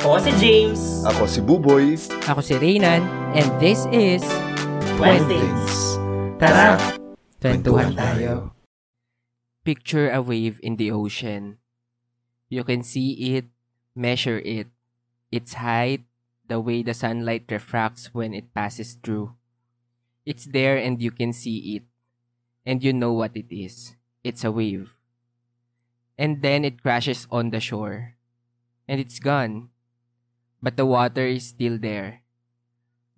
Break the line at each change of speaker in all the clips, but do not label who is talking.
Ako si James.
Ako si Buboy,
Ako si Reynan, and this is...
Wednesdays. Tara!
Kwentuhan tayo. Picture a wave in the ocean. You can see it, measure it, its height, the way the sunlight refracts when it passes through. It's there and you can see it. And you know what it is. It's a wave. And then it crashes on the shore. And it's gone. But the water is still there.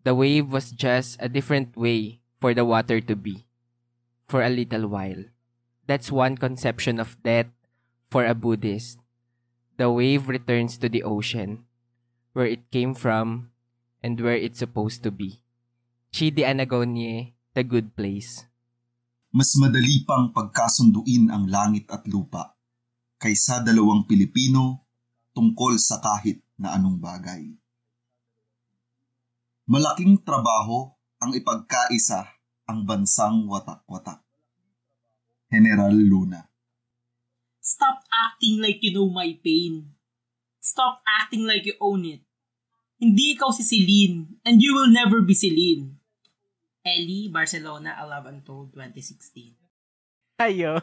The wave was just a different way for the water to be for a little while. That's one conception of death for a Buddhist. The wave returns to the ocean, where it came from and where it's supposed to be. Chi de Anagonye, the good place.
mas madali pang pagkasunduin ang langit at lupa kaysa dalawang Pilipino tungkol sa kahit na anong bagay. Malaking trabaho ang ipagkaisa ang bansang watak-watak. General Luna
Stop acting like you know my pain. Stop acting like you own it. Hindi ikaw si Celine, and you will never be Celine. Ellie, Barcelona, Alive Untold, 2016.
Ayo.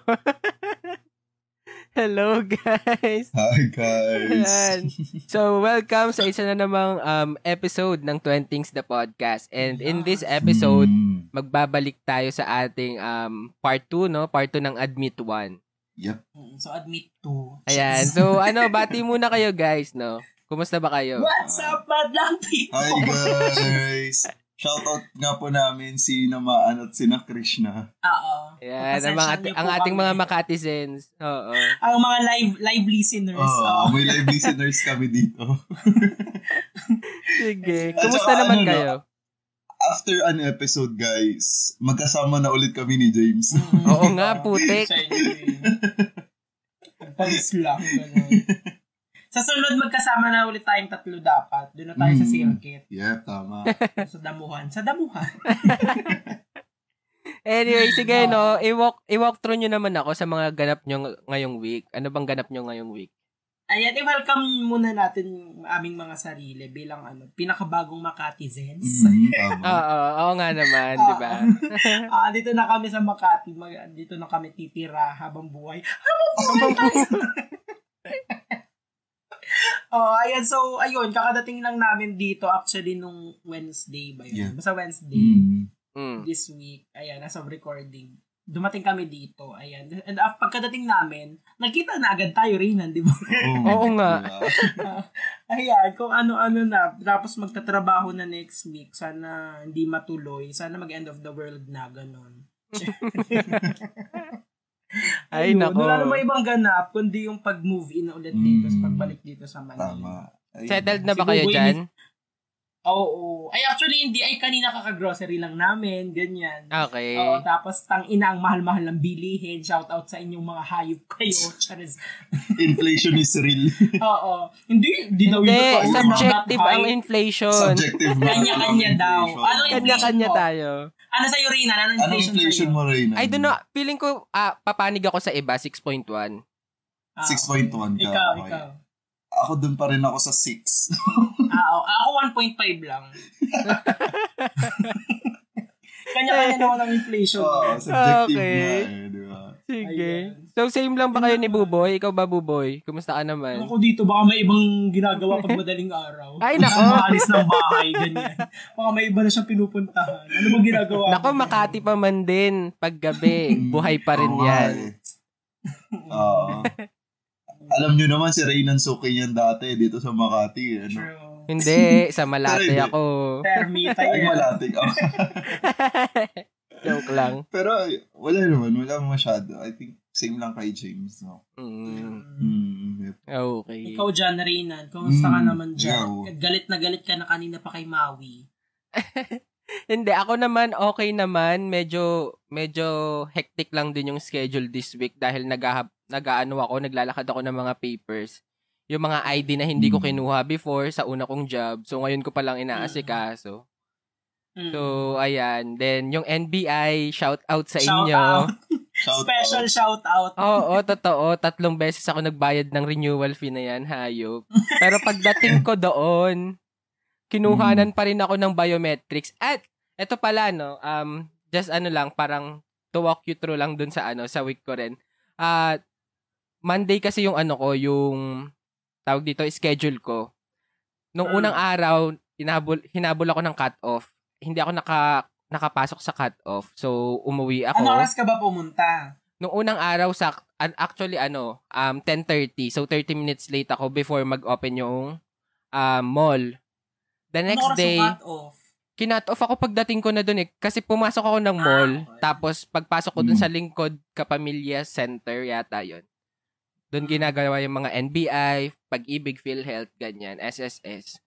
Hello, guys.
Hi guys!
So, welcome sa isa na namang um, episode ng Twentings the Podcast. And in this episode,
Mm,
magbabalik tayo sa ating um, part 2, no? Part 2 ng Admit 1.
yep.
Mm, So, admit to.
Ayan. So, ano, bati muna kayo, guys, no? Kumusta ba kayo?
What's up, madlang people?
Hi guys! Shoutout nga po namin si Namaan at si na Krishna.
Oo.
Ayan, ang,
Pasensya
mga,
niyo po
ang ating mga
kami.
makatizens. Oo.
Ang mga live live listeners.
Oh,
Oo.
may live listeners kami dito.
Sige.
At
Kumusta
saka
naman
ano, no?
kayo?
after an episode, guys, magkasama na ulit kami ni James.
Mm.
Oo nga, putik.
Sa inyo eh. Palis lang. ganun. Sa sunod, magkasama na ulit tayong tatlo dapat. Doon na tayo sa
Mm.
circuit.
yep, tama.
Sa damuhan. Sa damuhan.
Anyway, sige, no? I-walk, i-walk through nyo naman ako sa mga ganap nyo ng- ngayong week. Ano bang ganap nyo ngayong week?
Ayan, i-welcome muna natin yung aming mga sarili bilang ano, pinakabagong Makatizens.
Mm,
Hmm.
tama.
Oo. Oo nga naman, di ba?
Ah, dito na kami sa Makati, mag, dito na kami titira habang buhay. Oh, ayan, so ayun, kakadating lang namin dito actually nung Wednesday ba yun?
Yeah.
Basta Wednesday
Mm.
Mm.
this week. Ayan, as of recording. Dumating kami dito, ayan. And ah, pagkadating namin, nakita na agad tayo rin, di ba?
Oh,
Oo nga.
Ayan, kung ano-ano na. Tapos magtatrabaho na next week. Sana hindi matuloy. Sana mag-end of the world na, ganon.
Ay,
Ayun,
nako.
Wala namang ibang ganap, kundi yung pag-move in ulit dito,
Mm.
pagbalik dito sa Manila.
Tama. Ay,
Settled na ba
Siguro
kayo
ini-
dyan?
Oo, oo. Ay, actually, hindi. Ay, kanina kakagrocery lang namin, ganyan.
Okay.
Oo, tapos tang ina ang mahal-mahal ng bilihin. Shout out sa inyong mga hayop kayo. Charis.
Inflation is real.
Oo. Hindi, hindi daw
Hindi,
yun totoo.
subjective
Not that
ang
high.
inflation.
Subjective na.
Kanya-kanya daw. Ano yung-
Kanya-kanya tayo.
Ano sa'yo, Rina? Ano
Anong
inflation,
inflation
sa'yo?
mo, Reyna?
I
Hmm.
don't know. Feeling ko, ah, papanig ako sa iba, 6.1.
Ah,
6.1 ka.
Ikaw,
Okay.
ikaw.
Ako dun pa rin ako sa 6.
Ah, oh, ako 1.5 lang. Kanya-kanya naman ang inflation.
oh, subjective
Okay.
na eh, di ba?
Sige.
Ayan.
So, same lang ba kayo ni Buboy? Ikaw ba, Buboy? Kumusta ka naman?
Ako dito, baka may ibang ginagawa pag madaling araw.
Ay, nako.
Baka Maalis ng bahay, ganyan. Baka may iba na siyang pinupuntahan. Ano bang ginagawa
Nako,
mo?
Makati pa man din. Paggabi,
Mm.
buhay pa rin
Oo,
yan.
eh. Oo. Ah. Alam nyo naman, si Reynan suki niyan dati dito sa Makati. eh, Ano?
True.
Hindi, sa Malate
Sorry.
ako.
Termite.
Ay,
ayan.
malating. Oh.
Joke lang.
Pero ay, wala naman, wala masyado. I think Same lang kay James, no?
Mm.
Mm, yep.
Okay.
Ikaw dyan, Reynan, kumusta ka
Mm,
naman dyan?
yeah.
Galit na galit ka na kanina pa kay Maui.
Hindi, ako naman okay naman. Medyo medyo hectic lang din yung schedule this week dahil nagahab nagaano ako, naglalakad ako ng mga papers. Yung mga ID na hindi ko
Mm.
kinuha before sa una kong job. So ngayon ko pa lang inaasikaso.
Mm.
So ayan, then yung NBI, shout out sa
Shout
inyo.
out.
Shout
Special
out.
shout out.
Oo, totoo. Tatlong beses ako nagbayad ng renewal fee na yan, hayop. Pero pagdating ko doon, kinuhanan pa rin ako ng biometrics. At, eto pala, no, um, just ano lang, parang to walk you through lang dun sa ano, sa week ko rin. At, Monday kasi yung ano ko, yung tawag dito, schedule ko. Nung
Mm.
unang araw, hinabol, hinabol ako ng cut-off. Hindi ako naka, nakapasok sa cut-off. So, umuwi ako.
Ano oras ka ba pumunta? Ano
Nung unang araw sa an- actually ano, um 10:30. So 30 minutes late ako before mag-open yung um, mall. The
ano
next
oras
day,
yung cut off?
kinat off ako pagdating ko na doon eh kasi pumasok ako ng mall
okay.
tapos pagpasok ko doon
Mm.
sa Lingkod Kapamilya Center yata 'yon. Doon
Mm.
ginagawa yung mga NBI, Pag-ibig, PhilHealth, ganyan, SSS.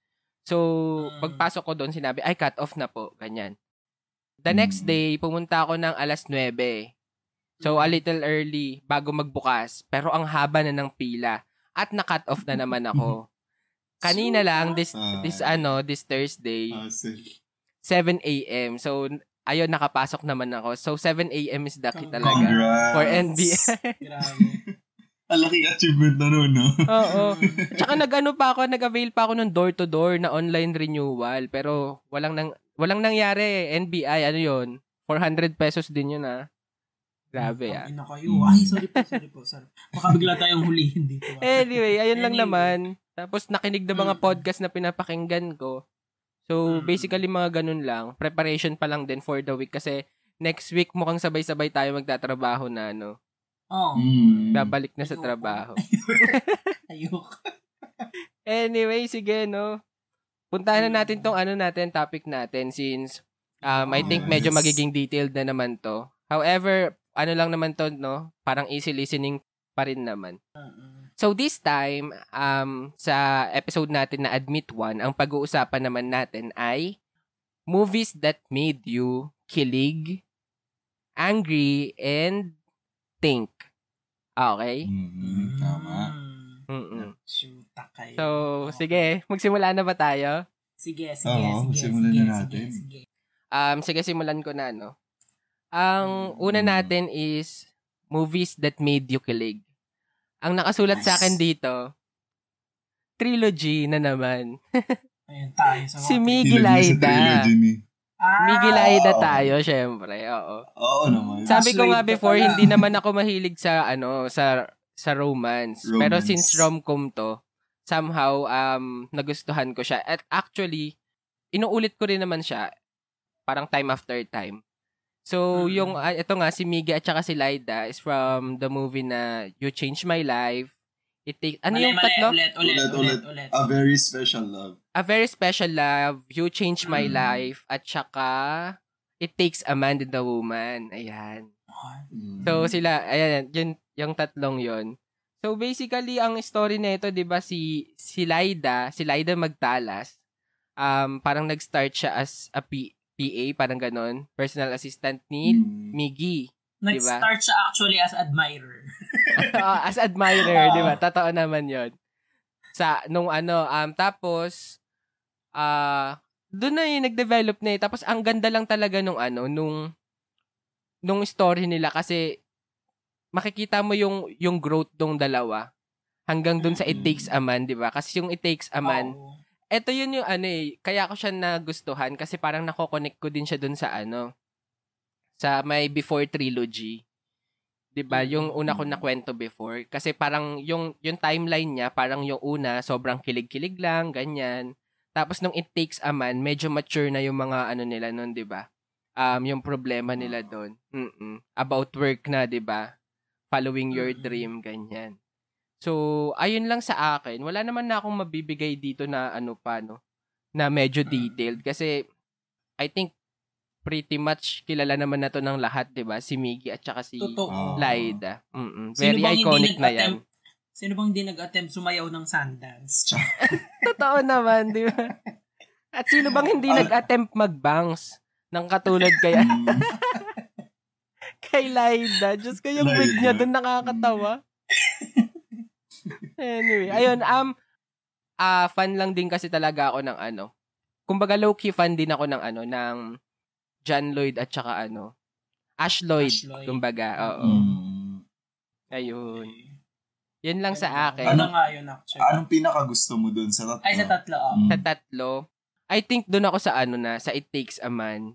So,
Mm.
pagpasok ko doon sinabi, ay cut off na po, ganyan. The
Mm.
next day, pumunta ako ng alas 9. So, a little early bago magbukas. Pero ang haba na ng pila. At na-cut off na naman ako. Kanina lang, this,
Ah.
this ano, this Thursday,
Ah, sige.
7 a.m. So, ayun, nakapasok naman ako. So, 7 a.m. is
Oh,
ducky talaga.
Congrats.
For NBI.
Grabe.
Ang laking achievement na nun, no?
Oo. Tsaka nag-ano pa ako, nag-avail pa ako ng door-to-door na online renewal. Pero, walang nang, walang nangyari. NBI, ano yon 400 pesos din yun, ah. Grabe, ah.
Tangin na kayo. Ay, sorry po, sorry po. Sorry. Baka bigla tayong hulihin dito. ah.
Anyway, ayun lang
Anyway.
naman. Tapos nakinig ng mga
Mm.
podcast na pinapakinggan ko. So,
Mm.
basically mga ganun lang. Preparation pa lang din for the week kasi next week mukhang sabay-sabay tayo magtatrabaho na ano.
Oh,
Mm.
Babalik na sa
Ayoko.
trabaho.
ayok.
Anyway, sige no. Puntahan na natin tong ano natin, topic natin since um, I think medyo
Yes.
magiging detailed na naman to. However, ano lang naman to, no? Parang easy listening pa rin naman. So this time, um, sa episode natin na Admit One, ang pag-uusapan naman natin ay movies that made you kilig, angry, and think. Ah, Okay?
Mm, tama.
Mm-mm.
Shoot, Mm. kayo.
So, sige, magsimula na ba tayo?
Sige, sige,
Oo,
sige.
simulan
sige,
na natin.
Sige, sige.
Um, sige, simulan ko na, no? Ang una
Mm.
natin is movies that made you kilig. Ang nakasulat sa akin
Nice.
dito, trilogy na naman.
Ayun, tayo sa mga
Si Mi-
Hilig na sa
Gilaida.
trilogy ni.
Ah,
Miguel Aida
oo.
tayo, syempre. Oo.
Oo naman.
Sa-
Sabi ko nga
Flashlight ka
before,
pala.
hindi naman ako mahilig sa ano, sa sa romance. Pero
Romance.
since romcom to, somehow um nagustuhan ko siya. At actually, inuulit ko rin naman siya parang time after time. So,
Mm.
yung ah, ito nga si Miggy at saka si Laida is from the movie na You Changed My Life. It take, ano
mali,
yung
mali,
tatlo?
Ulit, ulit,
Ulit,
ulit,
ulit. Ah. A
ulit.
very special love.
A Very Special Love, You Changed My
Mm.
Life, at saka It Takes a Man and a Woman. Ayan.
Ah,
Mm.
So sila, ayan, yun, yung tatlong yon. So basically, ang story na ito, di ba, si, si Laida, si Laida Magtalas, um, parang nag-start siya as a P- PA, parang ganon, personal assistant ni
Mm.
Miggy.
Nag-start siya actually as admirer.
Oo, as admirer,
Oo.
di ba? Totoo naman yon Sa, nung ano, um, tapos, ah, doon na yun, nag-develop na eh. Tapos, ang ganda lang talaga nung ano, nung, nung story nila kasi, makikita mo yung, yung growth nung dalawa. Hanggang doon sa It
Mm.
Takes a Man, di ba? Kasi yung It Takes a Man,
Oo.
eto yun yung ano eh, kaya ko siya nagustuhan kasi parang nakokonek ko din siya doon sa ano, sa may Before Trilogy. 'di ba? Yung una ko nakwento before kasi parang yung yung timeline niya parang yung una sobrang kilig-kilig lang, ganyan. Tapos nung It Takes a Man, medyo mature na yung mga ano nila noon, 'di ba? Um yung problema nila doon. Mm. About work na, 'di ba? Following your
Mm.
dream, ganyan. So, ayun lang sa akin. Wala naman na akong mabibigay dito na ano pa no na medyo detailed kasi I think pretty much kilala naman na to ng lahat, 'di ba? Si Miggy at saka si
Ah.
Totoo.
Laida. Mm-mm.
Sino
Very
bang hindi
iconic na yan.
nag-attempt? Sino bang hindi nag-attempt sumayaw ng Sundance? Tsaka-
Totoo naman, di ba? At sino bang hindi
Ah.
nag-attempt mag-bounce ng katulad kay,
Mm,
kay Laida? Diyos ko, yung
Laida.
wig niya doon nakakatawa. anyway, ayun, um, ah fan lang din kasi talaga ako ng ano. Kumbaga low-key fan din ako ng ano, ng John Lloyd at saka ano, Ash Lloyd,
Ash Lloyd.
kumbaga, oo.
mm.
Ayun. Yan lang sa akin.
Ano nga yun actually?
Anong pinaka gusto mo dun sa tatlo?
Ay, sa tatlo. ah.
Mm.
Sa tatlo, I think doon ako sa ano na, sa It Takes a Man.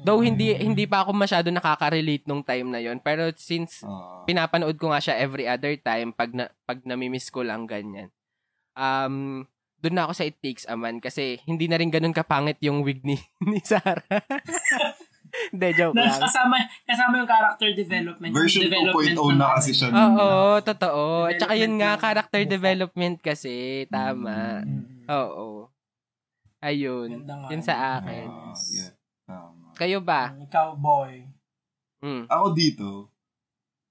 Though hindi
Mm.
hindi pa ako masyado nakaka-relate nung time na yon pero since
Ah,
pinapanood ko nga siya every other time pag na, pag namimiss ko lang ganyan. Um doon na ako sa It Takes a Man kasi hindi na rin ganun kapangit yung wig ni, ni Sarah. Hindi, joke
Na-
lang.
kasama, kasama yung character development.
version
Yung
2.0
development ng-
na kasi siya. nun.
Oo, totoo. At saka yun nga,
Development ng-
character development kasi. Tama.
Mm.
Oo. Ayun.
Ganda nga
Yun sa akin. Ah.
Ah, yeah. Tama.
Kayo ba?
Ikaw, boy.
Mm.
Ako dito,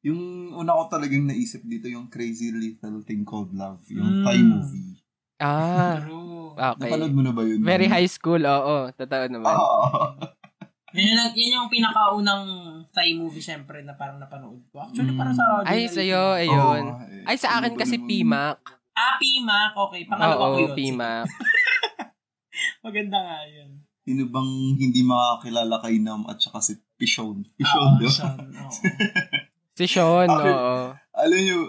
yung una ko talagang naisip dito yung Crazy Little Thing Called Love, yung
Mm.
Thai movie.
Ah,
True.
Hmm. okay.
Napanood mo na ba yun?
Very high school, oo. Totoo naman.
Ah,
Yun, yung, yun yung pinakaunang Thai movie, syempre, na parang napanood ko. Actually,
Mm.
para sa audio.
Ay, sa'yo, ayun.
eh, Oh.
Ay, sa akin kasi Pimac.
Ah, Pimac.
Ah,
Okay, pangalawa ko
Oo,
yun.
Pimac.
Maganda nga yun.
Sino bang hindi makakilala kay Nam at saka si Pishon? Pishon,
Ah,
di ba?
Sean, oo.
Si Sean,
Ako-
oo.
Alam nyo,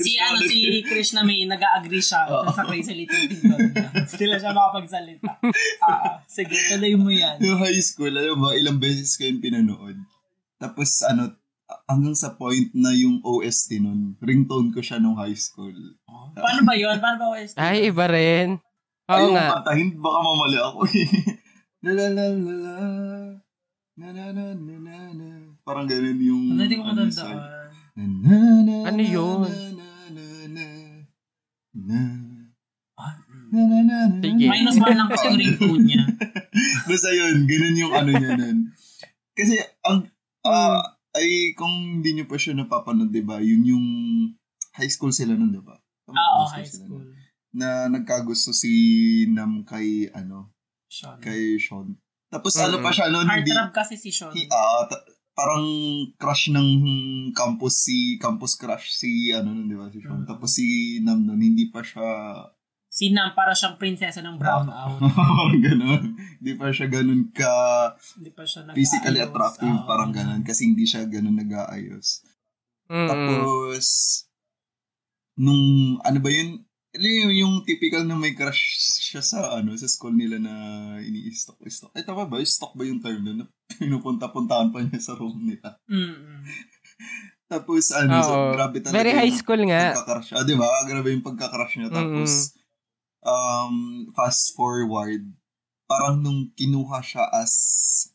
si ano si Krishna may nag-agree siya
Oo.
sa Crazy Little Thing Dog. Sila siya makapagsalita. Ah, sige, tuloy mo yan.
Yung high school, alam mo ba, ilang beses ko yung pinanood. Tapos ano, hanggang sa point na yung OST nun, ringtone ko siya nung high school.
Paano Ano ba yun? Paano ba OST?
Ay, iba rin. Oo
Ayong
nga.
kanta, hindi baka mamali ako eh. la la la la la. Na na na na na na. Parang ganun yung...
Ano, hindi ko
ano, side.
matandaan.
Na na na
Ano yun?
Na na na na na.
Ah,
Na na na na.
Sige.
na.
Minus one lang kasi yung ringtone niya.
Basta yun, ganun yung ano niya nun. Kasi, ang, ah, ay, kung hindi nyo pa siya napapanood, di ba, yun yung high school sila nun, di ba?
Oo, Ah, oh, high
sila nun.
school.
Na nagkagusto si Nam kay, ano,
Sean.
kay Sean. Tapos
Mm-mm.
ano pa siya nun, hindi,
Heartthrob kasi si Sean.
hi- ah, ta- parang crush ng campus si, campus crush si, ano nun, di ba, si Sean.
Mm.
Tapos si Nam nun, hindi pa siya,
Si Nam, para siyang prinsesa ng brownout.
parang ganun. Hindi pa siya ganun ka,
Hindi pa siya Ah. nag
physically attractive, parang ganun. Kasi hindi siya ganun nag-aayos.
Mm-mm.
Tapos, nung, ano ba yun? Alam niyo, yung typical na may crush siya sa, ano, sa school nila na ini-stalk, stalk. Ay, tama ba? Stalk ba yung term doon? Pinupunta-puntahan pa niya sa room nila.
Mm-mm.
Tapos, ano, so,
Oo.
grabe talaga.
Very high
yung
school nga.
Pagka-crush. Ah, di ba? Grabe yung pagka-crush niya. Tapos, um, fast forward, parang nung kinuha siya as,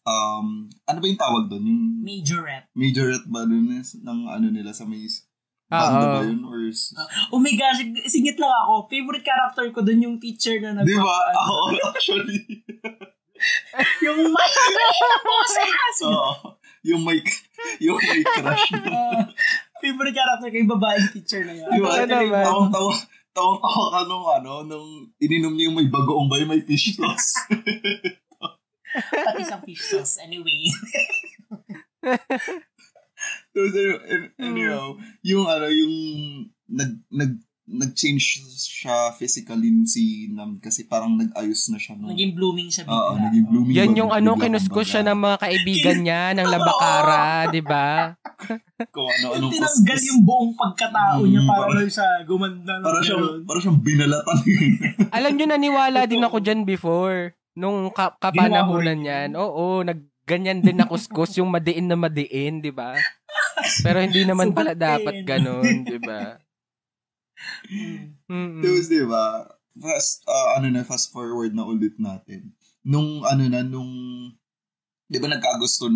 um, ano ba yung tawag doon? Yung
Majorette.
majorette ba dun is, ng ano nila sa may is-
Ah,
banda Ano ba
Oo.
yun? Or is-
Oh my gosh, singit lang ako. Favorite character ko dun yung teacher na nag-
Di ba? Oo, actually.
yung may boses!
Oo. yung may, yung may crush na.
Ah, favorite character ko yung babaeng teacher na yun.
Di ba?
Ano naman?
Tawang-tawa. Tawang-tawa ka nung ano, nung ininom niya yung may bagoong ba yung may fish sauce.
Pati isang fish sauce. Anyway.
Tapos, ano, an-
Hmm.
anyhow, yung ano, yung nag, nag, nag-change siya physically si Nam kasi parang nag-ayos na siya. nung-
Naging blooming siya bigla.
Oo, naging blooming.
Yan yung
bag-
ano,
bigla
kinuskus
kumbaga.
siya ng mga kaibigan niya, ng labakara, di ba?
Kung ano, ano-anong
Tinanggal
kuskus.
yung buong pagkatao niya
Mm,
para
parang-
lang siya gumanda ng
Para
ganun.
siyang, para siyang binalatan.
Alam nyo, naniwala din ako dyan before. Nung ka- kapanahonan yan. Oo, nagganyan din na kuskus, yung madiin na madiin, di ba? Pero hindi naman pala
Subukin.
dapat ganun, di ba?
Mm.
Mm-mm.
Tapos, di ba, fast, ah, ano na, fast forward na ulit natin. Nung, ano na, nung, di ba nagkagusto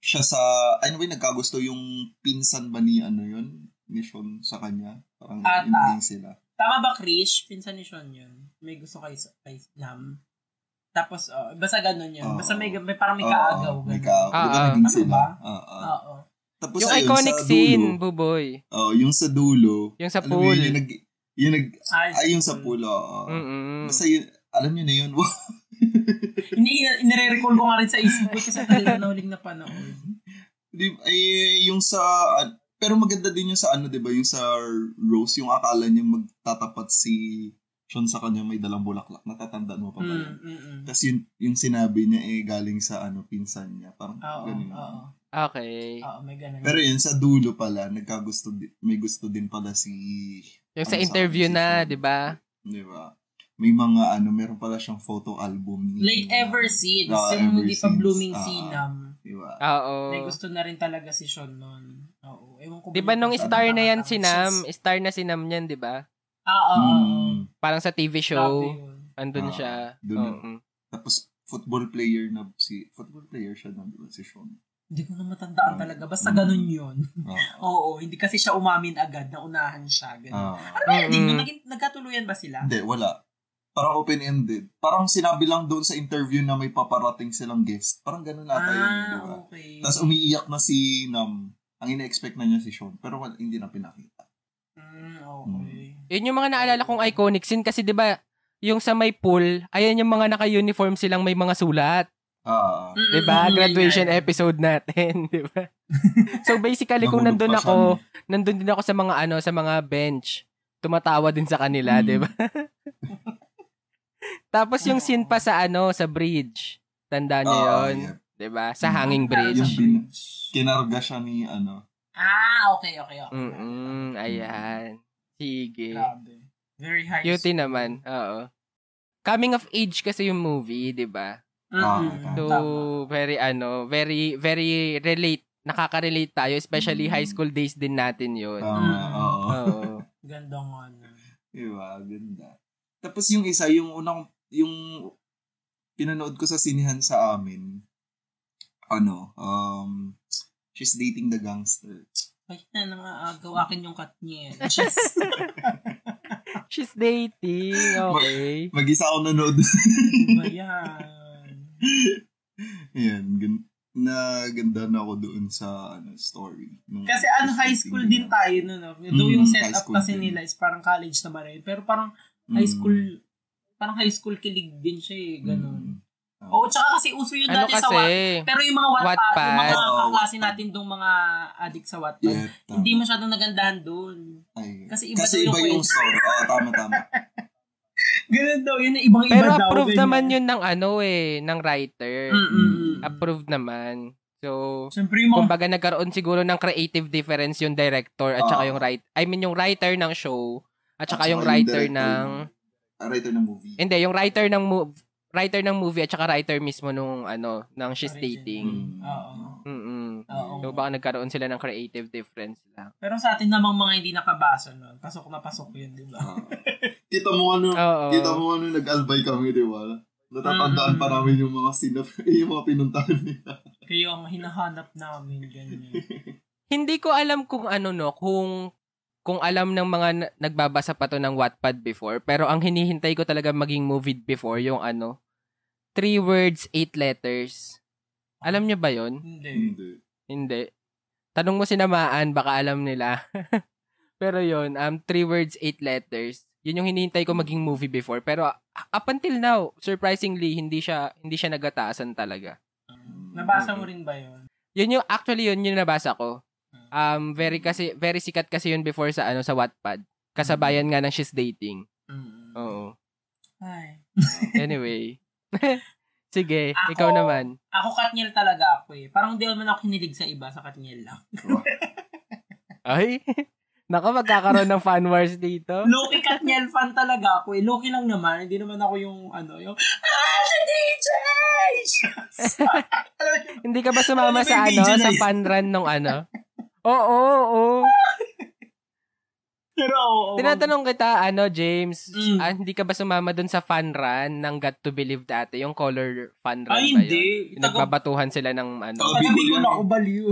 siya sa, anyway, nagkagusto yung pinsan ba ni, ano yun, ni Sean sa kanya? Parang
Ata.
ending sila.
Tama ba, Krish? Pinsan ni Sean yun. May gusto kay, kay Lam. Tapos, oh, basta ganun yun.
Oo.
Basta may, may parang may
Oo,
kaagaw.
May
ganun.
kaagaw. Di ba
Ah,
naging
ah.
sila?
Ano
Ah, ah.
Oo.
Tapos
yung
ayun,
iconic
sa
scene,
dulo.
Buboy.
Oh, yung sa dulo.
Yung sa
Alam mo yun, yung
pool. Mm.
nag... Yung nag
Ah,
ay, yung sa pool, oo.
Mm-mm.
Basta yun, alam nyo na yun.
Inire-recall ko nga rin sa isip ko kasi talaga na huling napanood.
Di- ay, yung sa... ah, pero maganda din yung sa ano, di ba? Yung sa Rose, yung akala niya magtatapat si Sean sa kanya may dalang bulaklak. Natatandaan mo pa ba yun?
Mm, mm, mm.
Tapos yung, yung sinabi niya eh galing sa ano pinsan niya. Parang
Ah, Oo,
ganun.
oo.
Okay.
Ah,
Oo, may ganun.
Pero yun, sa dulo pala, nagkagusto, di- may gusto din pala si
Yung sa
Ano sa
interview
akin,
na,
si-
di ba?
Di ba? May mga ano, meron pala siyang photo album. ni-
Like ever since,
Oo,
yung
ever
hindi pa
since.
blooming
Ah,
sinam,
Di ba?
may
Oo.
gusto na rin talaga si Sean noon. Oo, ewan ko.
Di ba nung
yung-
star na yan si Nam?
Tama-tama siya.
Star na si Nam yan, di ba?
Ah, oo, oo.
Mm.
Parang sa TV
Grabe
show.
yun.
Andun
Ah,
siya.
dun yun.
Oo.
Tapos football player na si football player siya na di ba si Sean.
Hindi ko na
Ah.
matandaan talaga. Basta
Mm.
ganun yun.
Ah.
Oo, hindi kasi siya umamin agad na unahan siya. Ganun.
Ah.
Ano ba yun?
Mm-mm.
Nung naging- Nagkatuluyan ba sila?
Hindi, wala. Parang open-ended. Parang sinabi lang doon sa interview na may paparating silang guest. Parang ganun ata yun, di ba? um-
Ah, okay.
Tapos umiiyak na si Nam. Ang ina-expect na niya si Sean. Pero wala, hindi na pinakita.
Mm, okay.
Yun yung mga naalala kong iconic scene kasi di ba yung sa may pool, ayan yung mga naka-uniform silang may mga sulat.
Ah,
Di ba?
Mm, mm, mm,
Diba? Graduation
yeah, yeah.
episode natin, di ba? so basically kung
Nahulog
nandun
pa siya,
ako,
no?
nandun din ako sa mga ano, sa mga bench. Tumatawa din sa kanila,
Mm.
di ba? Tapos yung scene pa sa ano, sa bridge. Tanda niyo
Ah,
yun,
yeah.
di ba? Sa
Mm.
hanging
Yung
bridge.
bin- kinarga siya ni ano.
Ah, okay, okay, okay.
Mm. Mm-mm, ayan. Sige.
Grabe. Very high.
Cutie naman, oo. Coming of age kasi yung movie, di ba?
Mm-mm,
Ah,
Mm. So,
tama.
very ano, very, very relate. Nakaka-relate tayo, especially
Mm.
high school days din natin yun.
Tama,
Mm.
oo.
Oo.
Ganda nga na.
Diba, ganda. Tapos yung isa, yung unang, yung pinanood ko sa sinihan sa amin, ano, um, she's dating the gangster.
Bakit na nangaagaw akin yung cut niya? eh. Just,
She's dating, okay.
Mag-isa ako nanood.
ano ba yan?
Ayan, gan- na ganda na ako doon sa ano, story. Nung
Kasi
she's
ano, high
dating
school
the
din
gangster.
tayo no, no? Though
Mm,
yung
high
setup
school
kasi
din.
nila is parang college na ba rin. Pero parang
Mm.
high school, parang high school kilig din siya eh,
Mm.
ganun.
Ah.
Oo, tsaka kasi uso yun
Ano
dati sa Wattpad.
kasi?
Pero yung mga Wattpad, yung mga
Wattpad.
kaklase
Oo,
natin dong mga addict sa Wattpad,
Yeah, tama.
hindi masyadong nagandahan doon.
Ay,
kasi iba
kasi
daw
iba
yung
yung story. Oo, tama, tama.
Ganun daw, yun ang ibang
Pero
iba daw.
approved
ganyan.
naman yun ng ano eh, ng writer.
Mm, mm, mm.
Approved naman. So,
Siyempre yung mga...
kumbaga nagkaroon siguro ng creative difference yung director at saka
Oo.
yung writer. I mean, yung writer ng show at saka
At
yung writer
director
ng...
Ah, writer ng movie.
Hindi, yung writer ng move writer ng movie at saka writer mismo nung ano, ng she's
Original.
Mm.
dating.
Oo.
Mm.
Oo.
So baka nagkaroon sila ng creative difference lang.
Pero sa atin namang mga hindi nakabasa nun, pasok na pasok yun, di ba?
Ah. kita mo ano,
Oo.
kita mo ano nag-albay kami, di ba? Natatandaan
Mm.
pa namin yung mga sinap, yung mga pinuntahan nila.
Kayo ang hinahanap namin, ganyan.
Hindi ko alam kung ano no, kung kung alam ng mga na- nagbabasa pa to ng Wattpad before, pero ang hinihintay ko talaga maging movie before yung ano, three words, eight letters. Alam nyo ba yon?
Hindi.
Hindi.
Hindi. Tanong mo sinamaan, baka alam nila. pero yun, um, three words, eight letters. Yun yung hinihintay ko maging movie before. Pero uh, up until now, surprisingly, hindi siya, hindi siya nagataasan talaga.
Nabasa mo rin ba yun?
Yun yung, actually yun yung nabasa ko. Um, very kasi, very sikat kasi yun before sa, ano, sa Wattpad. Kasabayan nga ng She's Dating.
Mm.
Oo. Oh.
Ay.
Anyway. Sige,
Ako-
ikaw naman.
Ako Katniel talaga ako eh. Parang hindi naman ako kinilig sa iba, sa Katniel lang.
Ay, naka magkakaroon ng fan wars dito.
Loki Katniel fan talaga ako eh. Loki lang naman. Hindi naman ako yung ano, yung Ah, si DJ! Alam niyo,
Hindi ka ba sumama
Ano ba
sa
yung
ano,
video na
sa
yun?
fan run nung ano? Oo, oo, oo.
Pero oo. oo.
Tinatanong kita, ano, James,
Mm.
ah, hindi ka ba sumama dun sa fan run ng Got to Believe dati? Yung color fan run
Ay,
ba
hindi.
yun? Yung
Taga, Oh.
Nagbabatuhan sila ng ano.
Taga-
taga
Bicol
Bicol
yan
ako baliw.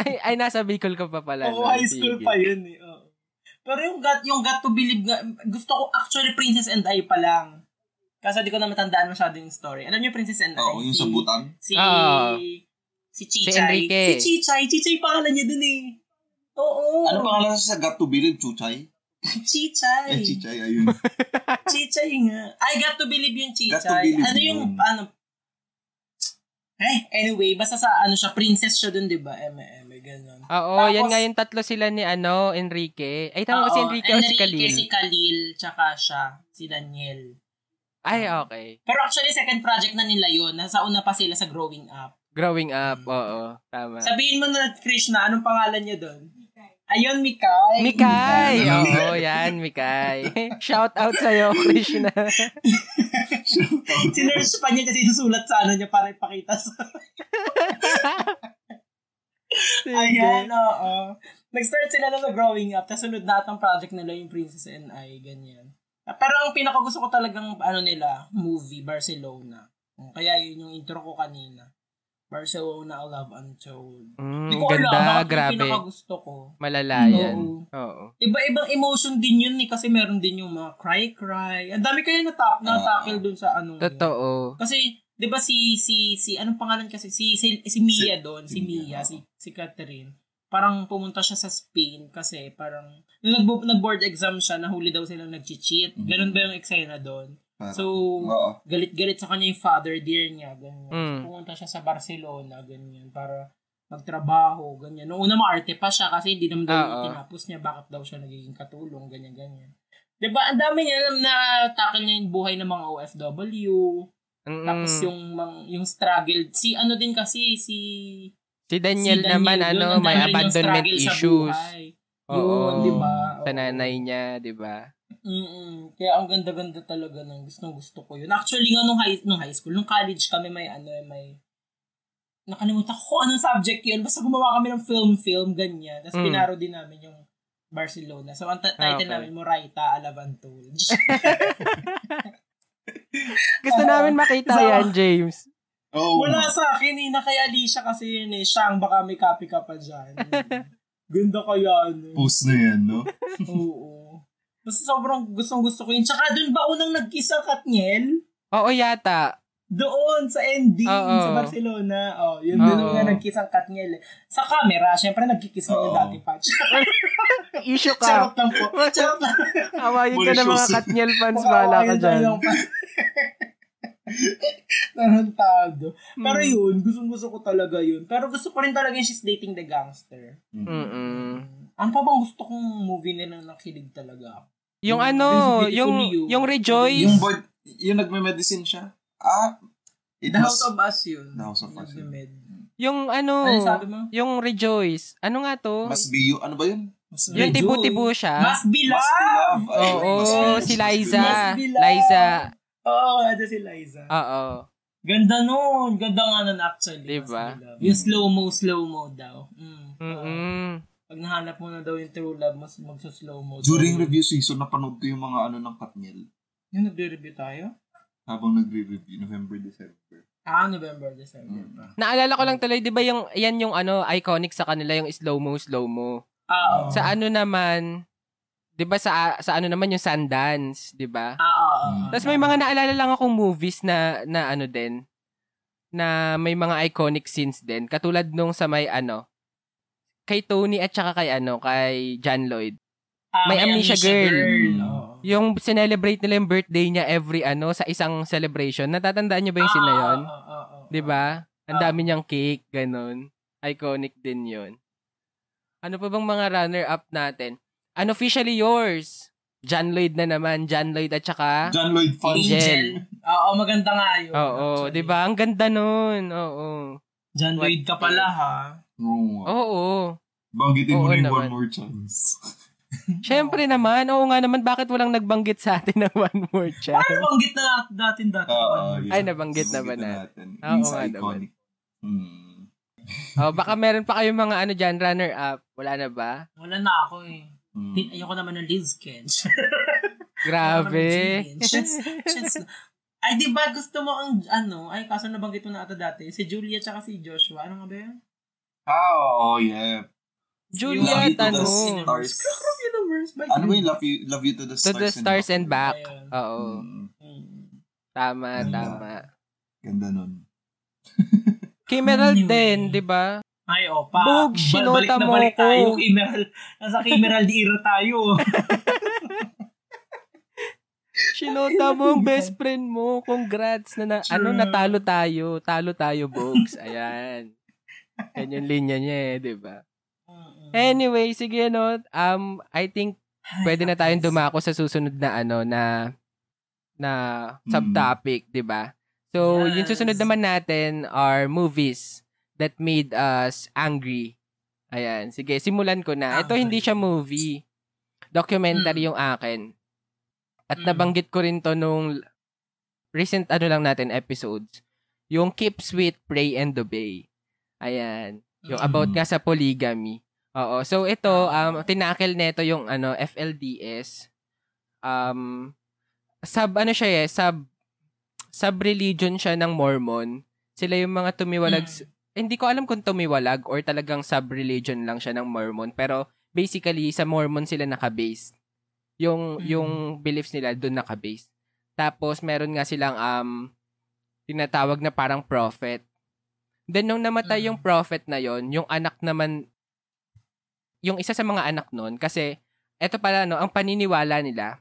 Ay, ay, nasa Bicol ka pa pala.
Oo,
no?
high school
Sige.
pa yun eh. oo. Pero yung got, yung got to believe, nga- gusto ko actually Princess and I pa lang. Kaso di ko na matandaan masyado yung story. Alam niyo, Princess and I?
Oo, yung
si,
sa butang.
Si,
Ah.
si Chichay.
Enrique.
Si, Chichay. Chichay pangalan niya dun eh. Oo.
Ano pangalan sa got to believe, Chuchay?
Chichay.
Eh, Chichay, ayun.
Chichay nga. I got to believe yung Chichay.
Got to believe
ano yung,
yun.
ano, eh, anyway, basta sa, ano siya, princess siya dun, di ba? Eme, eme, ganun.
Oo,
Tapos-
yan nga yung tatlo sila ni ano, Enrique. Ay, tama ba si
Oo,
Enrique o si Kalil?
si Kalil, tsaka siya, si Daniel.
Ay, okay.
Pero actually, second project na nila yun. Nasa una pa sila sa growing up.
Growing up,
Mm.
oo. Tama.
Sabihin mo na, Krishna, anong pangalan niya doon? Ayun, Mikay.
Mikay! Oo, yan, Mikay. Shout out sa'yo, Krishna.
Sinerge pa niya kasi susulat sa ano niya para ipakita sa... Ayan, oo. Nag-start sila na sa growing up. Tapos sunod na atang project nila yung Princess and I, ganyan. Ah, Pero ang pinaka gusto ko talagang ano nila, movie, Barcelona. Mm, Kaya yun yung intro ko kanina. Barcelona, A Love Untold.
Mm,
Hindi ko alam
ganda,
bakit yung
grabe.
pinaka gusto ko.
Malala yan.
Oo.
Oo.
Iba-ibang emotion din yun eh, kasi meron din yung mga cry-cry. Ang dami kayo nata- na-tackle dun sa ano. nila.
Totoo.
Kasi, 'di ba si si si anong pangalan kasi si si, si Mia doon,
si
si,
Mia,
Mia,
oo.
si si Catherine. Parang pumunta siya sa Spain kasi parang nung nag nag-board exam siya, nahuli daw silang nag-cheat.
Mhm.
Ganun ba yung eksena doon?
Parang-
So,
Oo.
galit-galit sa kanya yung father dear niya, ganyan.
Mm.
So, pumunta siya sa Barcelona, ganyan, para magtrabaho, ganyan. Noong una maarte pa siya kasi hindi naman daw
Ah, Oo.
tinapos niya, bakit daw siya nagiging katulong, ganyan, ganyan. Diba, ang dami niya na tackle niya yung buhay ng mga OFW,
Mm,
tapos yung mang- yung struggle, si ano din kasi, si,
si Daniel,
si
naman,
yun,
ano,
ang dami
may
rin yung
abandonment
struggle sa
issues.
buhay. Yun,
Oo.
di ba?
Sa
Oo.
nanay niya, di ba?
Mm-mm. Kaya ang ganda-ganda talaga ng gusto gusto ko yun. Actually nga nung high, nung high school, nung college kami may ano, may nakalimutan ko anong subject yun. Basta gumawa kami ng film-film, ganyan. Tapos
Mm.
pinaro din namin yung Barcelona. So, ang ta-
Ah,
title
okay.
namin, Moraita Alavantol.
Gusto
Oo.
namin makita
So-
yan, James.
Oh,
Wala sa akin eh. Nakay Alicia kasi yun eh. Siyang baka may copy ka pa dyan. Ganda kaya ano.
post na yan, no?
Oo. Basta sobrang gustong gusto ko yun. Tsaka dun ba unang nag-kiss ang Katniel?
Oo, yata.
Doon sa ending
Oo.
sa Barcelona. Oh, yun doon
Oo.
nga nagkiss ang Katniel. eh. Sa camera, syempre nagkikiss na yung
Oo.
dati patch.
Issue
Charot
ka.
lang po. Charot lang.
Awayin ka ng mga
Malicious.
Katniel fans,
Mukha
bala ka
kawayan
dyan.
tayo ng pa- Tarantado. Pero
Mm.
yun, gustong gusto ko talaga yun. Pero gusto ko rin talaga yung She's Dating the Gangster.
Mm-mm.
Ano pa bang gusto kong movie nila na nakilig talaga ako?
Yung
Yung
ano,
Beautiful
yung
You.
yung rejoice.
Yung board, yung nagme-medicine siya. Ah, it
The
was...
House of Us yun.
The House of Us yun.
Nag-med.
Yung ano,
Ano yung sabi mo?
yung rejoice. Ano nga to?
Must be you. Ano ba yun? Must
Oh. yung
Rejoice.
tibo-tibo siya.
Must be
Must be
love!
love. Ay,
Oo,
must be love.
si
Must
Liza.
Must be love.
Liza.
Oo, oh, si Liza.
Oo.
Ganda nun. Ganda nga nun actually.
Diba?
Mas nilove. Yung
Mm.
slow-mo, slow-mo daw. Mm. Oo.
Mm-mm.
Pag nahanap mo na daw yung true love, mas magsa-slow-mo.
During
daw.
review season, napanood ko yung mga ano ng Katniel.
Yung nagre-review tayo?
Habang nagre-review, November, December.
Ah, November, December
Mm.
pa.
Naalala ko lang tuloy, 'di ba yung yan yung ano iconic sa kanila yung slow mo, slow mo.
Ah, oo.
Sa ano naman, 'di ba sa sa ano naman yung Sundance, 'di ba?
Ah, oo. oo,
Hmm.
oo.
Tapos may mga naalala lang akong movies na na ano din na may mga iconic scenes din katulad nung sa may ano kay Tony at saka kay ano kay John Lloyd.
Ah,
may amnesia girl.
oo.
Yung sinelebrate nila yung birthday niya every ano sa isang celebration. Natatandaan niyo ba yung scene na
Ah,
yun? Diba?
oo, oo, oo, oo.
'Di ba? Ang
Ah.
dami niyang cake, ganun. Iconic din 'yun. Ano pa bang mga runner-up natin? Unofficially yours. John Lloyd na naman, John Lloyd at saka
John Lloyd Fan.
Angel.
Oo, maganda nga yun.
Oo,
actually.
'di ba? Ang ganda nun. Oo.
John Lloyd ka pala ha.
Oo.
Oo.
Banggitin
Oo
mo rin
naman.
one more chance.
Siyempre naman, oo nga naman, bakit walang nagbanggit sa atin ng one more
Paano
chance?
banggit na natin dati?
Oo,
Ano?
yun.
Ay, nabanggit na ba
Nabanggit Ah, natin?
Oo
Yung sa
nga
iconic. Hmm.
oh, baka meron pa kayong mga ano dyan, runner-up. Wala na ba?
Wala na ako eh.
Hmm.
Di- Ayoko naman ng Liz Kench.
Grabe.
Shits, shits. Ay, di ba gusto mo ang, ano, ay, kaso nabanggit mo na ata dati, si Julia tsaka si Joshua, ano nga ba yun?
Ah, oo, yeah.
Julia,
Love you to the
tanong.
stars.
Universe by
Ano ba yung love you, love you to the
To eh.
stars?
the stars and back.
Ayun.
Oo.
Hmm.
Mm.
Tama,
Ganda.
tama.
Ganda nun.
Kay Meral
Anyway.
din, di ba?
Ay, o, pa.
Bug,
Ba-
sinota
balik na
mo
balik
ako.
tayo. Kimeral, nasa Kimeral di era tayo.
Sinota mo ang best friend mo. Congrats na, na ano,
True.
natalo tayo. Talo tayo, Bogs. Ayan. Yan yung linya niya eh, di ba? Anyway, sige no. Um, I think pwede na tayong dumako sa susunod na ano na na subtopic, 'di ba? So, yung
Mm. Yes.
susunod naman natin are movies that made us angry. Ayan, sige, simulan ko na. Ito hindi siya movie. Documentary yung akin. At
Mm.
nabanggit ko rin to nung recent ano lang natin episodes. Yung Keep Sweet, Pray and Obey. Ayan. Yung about
Mm.
nga sa polygamy. Oo. So ito um tinakil nito yung ano FLDS. Um sub ano siya eh, sub sub religion siya ng Mormon. Sila yung mga tumiwalag s- hindi ko alam kung tumiwalag or talagang sub religion lang siya ng Mormon pero basically sa Mormon sila nakabase. Yung
Mm.
yung beliefs nila doon nakabase. Tapos meron nga silang um tinatawag na parang prophet. Then nung namatay
Mm.
yung prophet na yon, yung anak naman yung isa sa mga anak nun kasi eto pala no, ang paniniwala nila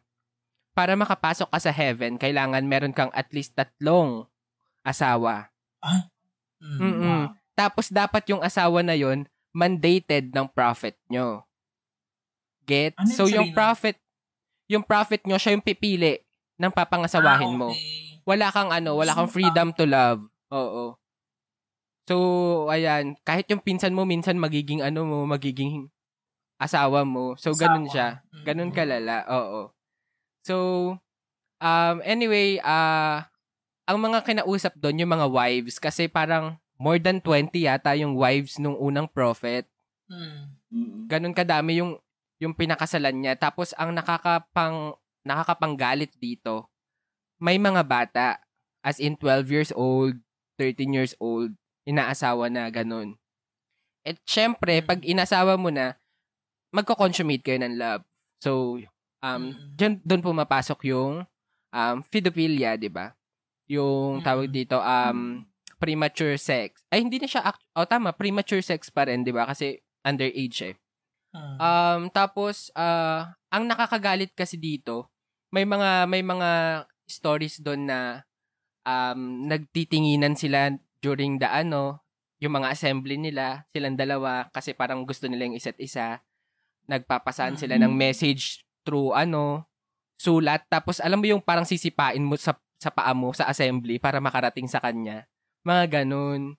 para makapasok ka sa heaven, kailangan meron kang at least tatlong asawa.
Mm,
Mm-mm. Tapos dapat yung asawa na yon mandated ng prophet nyo. Get?
Ano yung
so yung
sabihin nun?
prophet, yung prophet nyo, siya yung pipili ng papangasawahin
Ah,
mo wala kang ano, wala kang freedom to love. Oo. So, ayan, kahit yung pinsan mo minsan magiging ano mo, magiging asawa mo. So, ganun siya. Ganun
Mm-hmm.
kalala. Oo. So, um, anyway, ah, ang mga kinausap doon, yung mga wives, kasi parang more than 20 yata yung wives nung unang prophet.
Mm-mm.
Ganun kadami yung, yung pinakasalan niya. Tapos, ang nakakapang, nakakapanggalit dito, may mga bata, as in 12 years old, 13 years old, inaasawa na, ganun. At syempre,
Mm.
pag inasawa mo na, magko-consummate kayo ng love. So, um,
Mm.
dyan, doon pumapasok yung um, pedophilia, di ba? Yung
Mm.
tawag dito, um, premature sex. Ay, hindi na siya, act- oh, tama, premature sex pa rin, di ba? Kasi underage eh.
Mm. Ah.
Um, tapos, ah, ang nakakagalit kasi dito, may mga, may mga stories doon na um, nagtitinginan sila during the ano, yung mga assembly nila, silang dalawa, kasi parang gusto nila yung isa't isa. Nagpapasaan sila ng message through ano, sulat. Tapos, alam mo yung parang sisipain mo sa, sa paa mo sa assembly para makarating sa kanya. Mga ganun.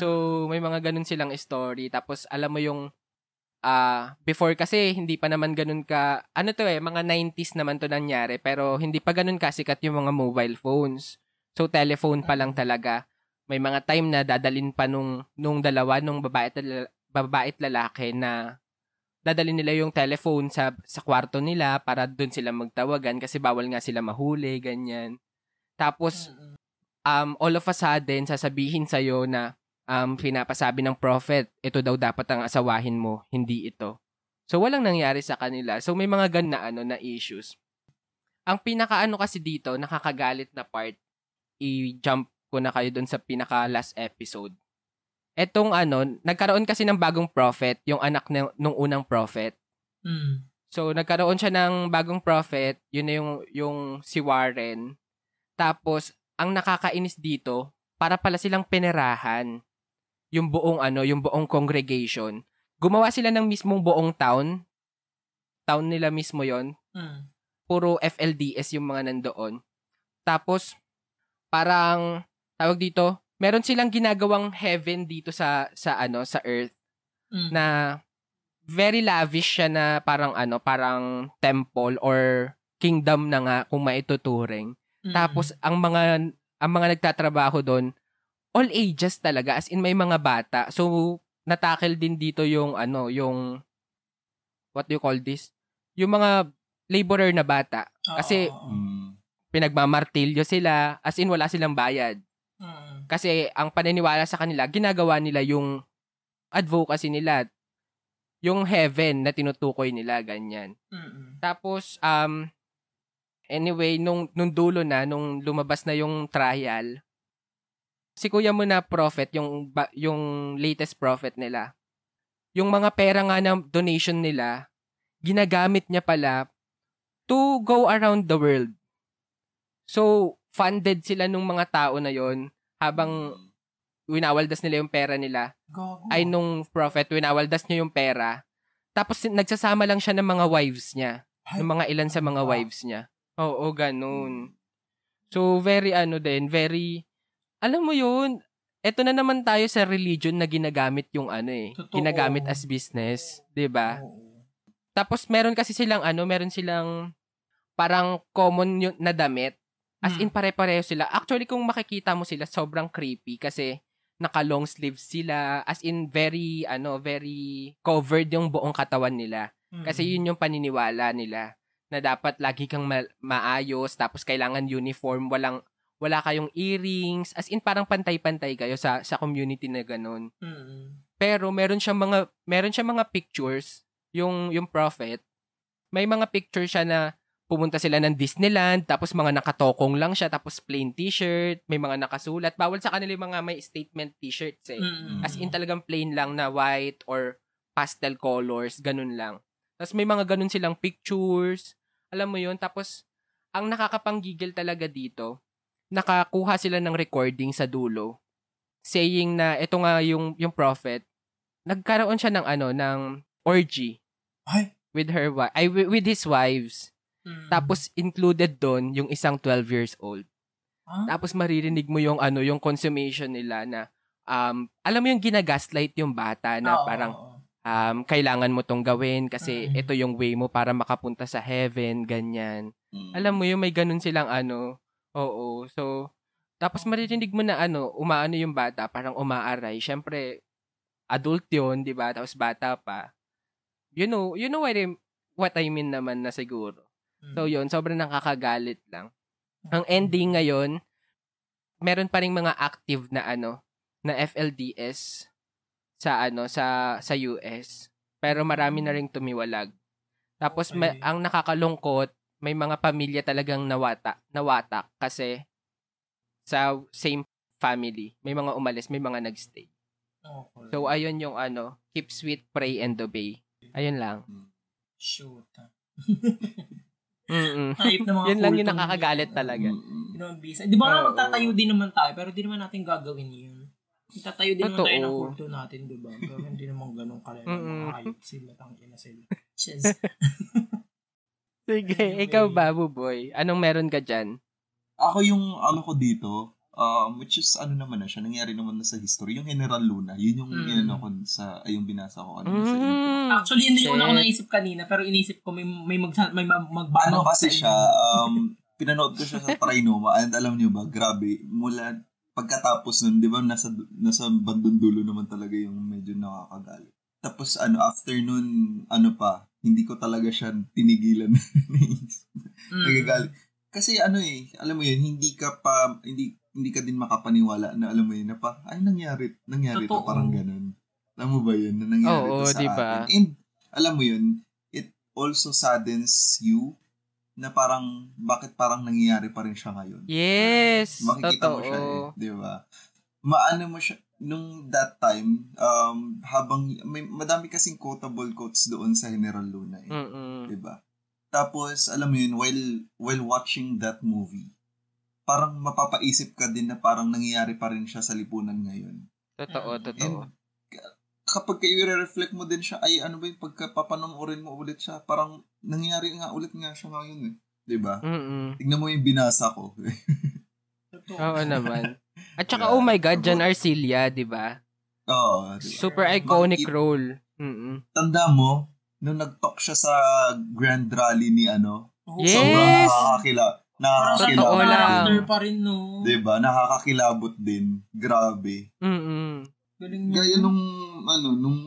So, may mga ganun silang story. Tapos, alam mo yung, ah, before kasi, hindi pa naman ganun ka, ano to eh, mga 90s naman to nangyari, pero hindi pa ganun kasikat yung mga mobile phones. So, telephone pa lang talaga. May mga time na dadalin pa nung, nung dalawa, nung babae at, lala- babae at lalaki na dadalin nila yung telephone sa, sa kwarto nila para doon sila magtawagan kasi bawal nga sila mahuli, ganyan. Tapos, um, all of a sudden, sasabihin sa'yo na um, pinapasabi ng prophet, ito daw dapat ang asawahin mo, hindi ito. So, walang nangyari sa kanila. So, may mga gan na, ano, na issues. Ang pinakaano kasi dito, nakakagalit na part, i-jump ko na kayo dun sa pinaka-last episode. Etong ano, nagkaroon kasi ng bagong prophet, yung anak ng, nung unang prophet.
Mm.
So, nagkaroon siya ng bagong prophet, yun na yung, yung si Warren. Tapos, ang nakakainis dito, para pala silang pinerahan yung buong ano, yung buong congregation. Gumawa sila ng mismong buong town. Town nila mismo yon
Mm.
Puro FLDS yung mga nandoon. Tapos, parang, tawag dito, meron silang ginagawang heaven dito sa, sa ano, sa earth
Mm.
na very lavish siya na parang ano, parang temple or kingdom na nga kung maituturing.
Mm.
Tapos ang mga ang mga nagtatrabaho doon all ages talaga as in may mga bata. So natakil din dito yung ano, yung what do you call this? Yung mga laborer na bata. kasi-
Mm.
Pinagmamartilyo sila as in wala silang bayad.
Mm.
Kasi ang paniniwala sa kanila, ginagawa nila yung advocacy nila.
Mm.
Yung heaven na tinutukoy nila, ganyan. Tapos, um, Anyway, nung, nung dulo na, nung lumabas na yung trial, si Kuya mo na prophet, yung, ba- yung latest prophet nila, yung mga pera nga ng donation nila, ginagamit niya pala to go around the world. So, funded sila nung mga tao na yon habang winawaldas nila yung pera nila.
Go.
Ay, nung prophet, winawaldas niya yung pera. Tapos, sin- nagsasama lang siya ng mga wives niya. Ng mga ilan sa mga wives niya. Oo, ganun. So, very ano din, very, alam mo yun, eto na naman tayo sa religion na ginagamit yung ano eh.
Totoo.
Ginagamit as business, 'di ba?
Oo.
Tapos meron kasi silang ano, meron silang parang common yun, na damit. As in
Hmm.
pare-pareho sila. Actually kung makikita mo sila sobrang creepy kasi naka long sleeves sila as in very ano, very covered yung buong katawan nila. Kasi
Mm.
yun yung paniniwala nila na dapat lagi kang ma- maayos tapos kailangan uniform, walang wala kayong earrings, as in parang pantay-pantay kayo sa sa community na ganun.
Mm.
Pero meron siyang mga meron siyang mga pictures yung yung prophet. May mga picture siya na pumunta sila ng Disneyland tapos mga nakatokong lang siya tapos plain t-shirt, may mga nakasulat. Bawal sa kanila yung mga may statement t-shirts eh.
Mm.
As in talagang plain lang na white or pastel colors, ganun lang. Tapos may mga ganun silang pictures. Alam mo yun? Tapos, ang nakakapanggigil talaga dito, nakakuha sila ng recording sa dulo saying na ito nga yung, yung prophet, nagkaroon siya ng ano, ng orgy
Ay!
with her wi- ay, wi- with his wives.
Mm.
Tapos included doon yung isang 12 years old.
Huh?
Tapos maririnig mo yung ano, yung consummation nila na um alam mo yung ginagaslight yung bata na
Oo,
parang
oo.
um kailangan mo tong gawin kasi
Mm.
ito yung way mo para makapunta sa heaven, ganyan.
Mm.
Alam mo yung may ganun silang ano. Oo. So tapos maririnig mo na ano, umaano yung bata, parang umaaray. Syempre adult 'yon, 'di ba? Tapos bata pa. You know, you know what I, what I mean naman na siguro.
Mm.
So yun, sobrang nakakagalit lang. Ang ending ngayon, meron pa ring mga active na ano, na FLDS sa ano, sa sa US. Pero marami na ring tumiwalag. Tapos ma-
Mm. Okay.
ang nakakalungkot, may mga pamilya talagang nawata, nawatak kasi sa same family. May mga umalis, may mga nagstay.
Okay.
So ayun yung ano, keep sweet, pray and obey. Ayun lang.
Shoot.
Mm.
Ayip na mga
Yun lang yung
kultong-
nakakagalit talaga.
Yun ang bisa. Di ba nga
Oo.
magtatayo din naman tayo, pero di naman natin gagawin yun. Magtatayo din naman
Totoo.
tayo ng kulto natin, di ba? Pero hindi naman ganun kalala.
Mm-mm.
Mga hayop sila, tangina sila. Shiz.
Sige, ikaw ba, Buboy? Anong meron ka dyan?
Ako yung ano ko dito, um, which is ano naman na siya, nangyari naman na sa history, yung General Luna, yun yung
Mm.
inano ko sa, ay, yung binasa ko kanina sa intro.
Mm.
Actually, hindi yung una ko
Shit.
naisip kanina, pero inisip ko may may mag may mag-
Ano
magbanong
kasi
sa inyo.
siya, um, pinanood ko siya sa Trinoma and alam niyo ba, grabe, mula pagkatapos nun, di ba, nasa, nasa bandang dulo naman talaga yung medyo nakakagalit. Tapos ano, after nun, ano pa, hindi ko talaga siya tinigilan.
Mm.
Nagagalit. Kasi ano eh, alam mo yun, hindi ka pa, hindi, hindi ka din makapaniwala na alam mo yun, na pa, ay nangyari, nangyari to,
Totoo.
parang ganun. Alam mo ba yun, na nangyari
Oo,
to sa
diba?
akin. And alam mo yun, it also saddens you na parang, bakit parang nangyayari pa rin siya ngayon.
Yes,
Makikita
totoo.
mo siya eh, di ba? Maano mo siya, nung that time, um, habang, may, madami kasing quotable quotes doon sa General Luna eh.
Mm-mm.
Diba? Tapos, alam mo yun, while, while watching that movie, parang mapapaisip ka din na parang nangyayari pa rin siya sa lipunan ngayon.
Totoo,
Mm.
totoo.
Kapag kayo reflect mo din siya, ay ano ba yung pagkapapanoorin mo ulit siya, parang nangyayari nga ulit nga siya ngayon eh. Diba?
Mm-mm.
Tignan mo yung binasa ko.
Totoo.
Oo naman. At saka,
Grabe.
oh my God, John Arcilia, di ba?
Oo. diba?
Super iconic
Bakit?
role. Mm-mm.
Tanda mo, nung nag-talk siya sa grand rally ni ano,
Oo.
Yes!
sobrang nakakakila.
Parang sa
Totoo
totoo
lang.
Nakakakilabot
character
din.
pa rin, no?
Diba? Nakakakilabot din. Grabe.
Mm-mm.
Galing niya.
Gaya nung ano nung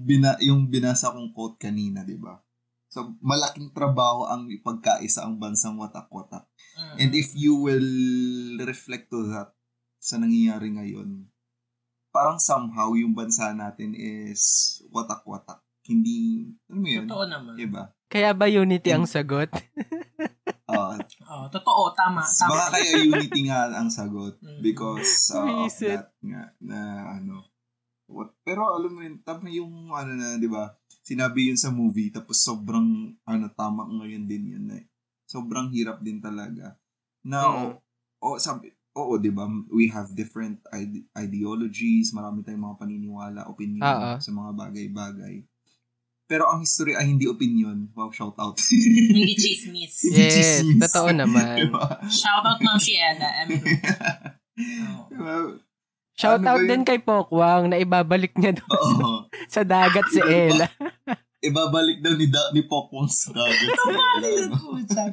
bina, yung binasa kong quote kanina, 'di ba? So malaking trabaho ang ipagkaisa ang bansang watak-watak.
Mm.
And if you will reflect to that sa nangyayari ngayon, parang somehow yung bansa natin is watak-watak. Hindi, ano mo yun?
Totoo naman.
Diba?
Kaya ba Unity ang sagot?
Oo.
Oh, totoo, tama, tama.
Ah, baka kaya unity nga ang sagot
Mm.
because uh, of
Visit.
that nga na ano. What, pero alam mo yun, tama yung ano na, di ba? Sinabi yun sa movie tapos sobrang ano tama ngayon din yun na eh. Sobrang hirap din talaga.
Oo.
Now,
Mm.
o sabi, oo, di ba? We have different ide- ideologies, marami tayong mga paniniwala, opinion
Oo.
sa mga bagay-bagay. Pero ang history ay hindi opinion. Wow, shout out.
Hindi chismis.
Hindi
Yes,
chismis.
totoo naman.
Diba?
Shoutout Ma'am Shiela. M2.
Diba?
Shout
Ano ba
out
yun?
din kay Pokwang na ibabalik niya doon
Oo.
sa dagat si Ella.
Ibabalik daw ni, da, ni Pokwang sa dagat.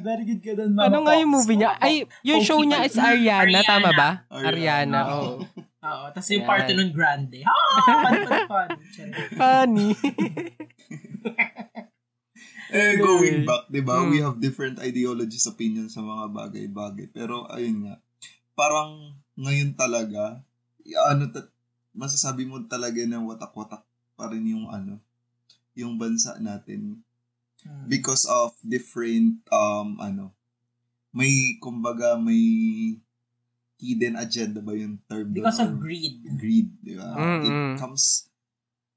Very good ka dun, Mama
Ano nga yung
Pops.
movie niya? Ay, yung show niya is Ariana, tama ba? Ariana,
Ariana.
oo.
Oo, tapos yung
Ayan.
parte nun grande. Ha! Fun, fun, fun.
Funny.
Eh, going back, di ba?
Hmm.
Mm.
We have different ideologies, opinions sa mga bagay-bagay. Pero, ayun nga. Parang, ngayon talaga, y- ano, ta- masasabi mo talaga na watak-watak pa rin yung ano, yung bansa natin.
Hmm.
Because of different, um, ano, may, kumbaga, may hidden agenda ba yung term? doon?
Because of
Or-
greed.
greed, di ba?
Mm-mm.
It comes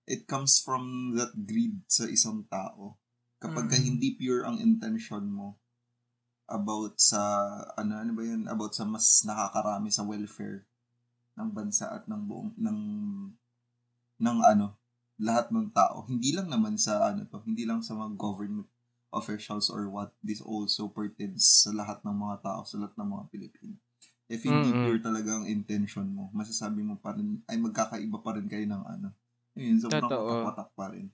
it comes from that greed sa isang tao. Kapag ka
Mm.
hindi pure ang intention mo about sa ano ano ba 'yun about sa mas nakakarami sa welfare ng bansa at ng buong ng ng ano lahat ng tao hindi lang naman sa ano to hindi lang sa mga government officials or what this also pertains sa lahat ng mga tao sa lahat ng mga Pilipino if hindi
Mm-mm.
pure talaga ang intention mo masasabi mo pa rin ay magkakaiba pa rin kayo ng ano yun sobrang
Totoo.
patak pa rin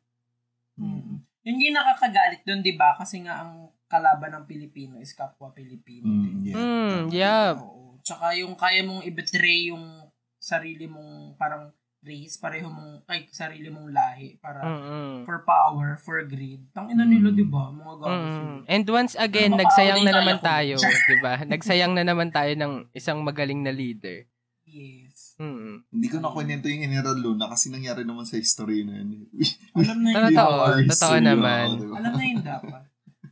Mm.
Yun yung nakakagalit dun, di ba? Kasi nga ang kalaban ng Pilipino is kapwa Pilipino.
Mm,
din.
yeah.
Mm, yeah.
Diba? Oo. Tsaka yung kaya mong i-betray yung sarili mong parang race, pareho mong, ay, sarili mong lahi
Mm.
para
Mm-mm.
for power, for greed. Tang ina nila,
Mm.
di ba? Mga gawin
Mm-mm. And once again,
Baka
nagsayang
ulit
na naman tayo,
tayo kung-
'di ba? Nagsayang na naman tayo ng isang magaling na leader.
Yes.
Mm.
Hindi ko na kwento yung General Luna kasi nangyari naman sa history na yun.
Alam na yun.
Ah, Totoo,
Our
totoo
history,
naman.
oo, diba?
Alam na yun dapat.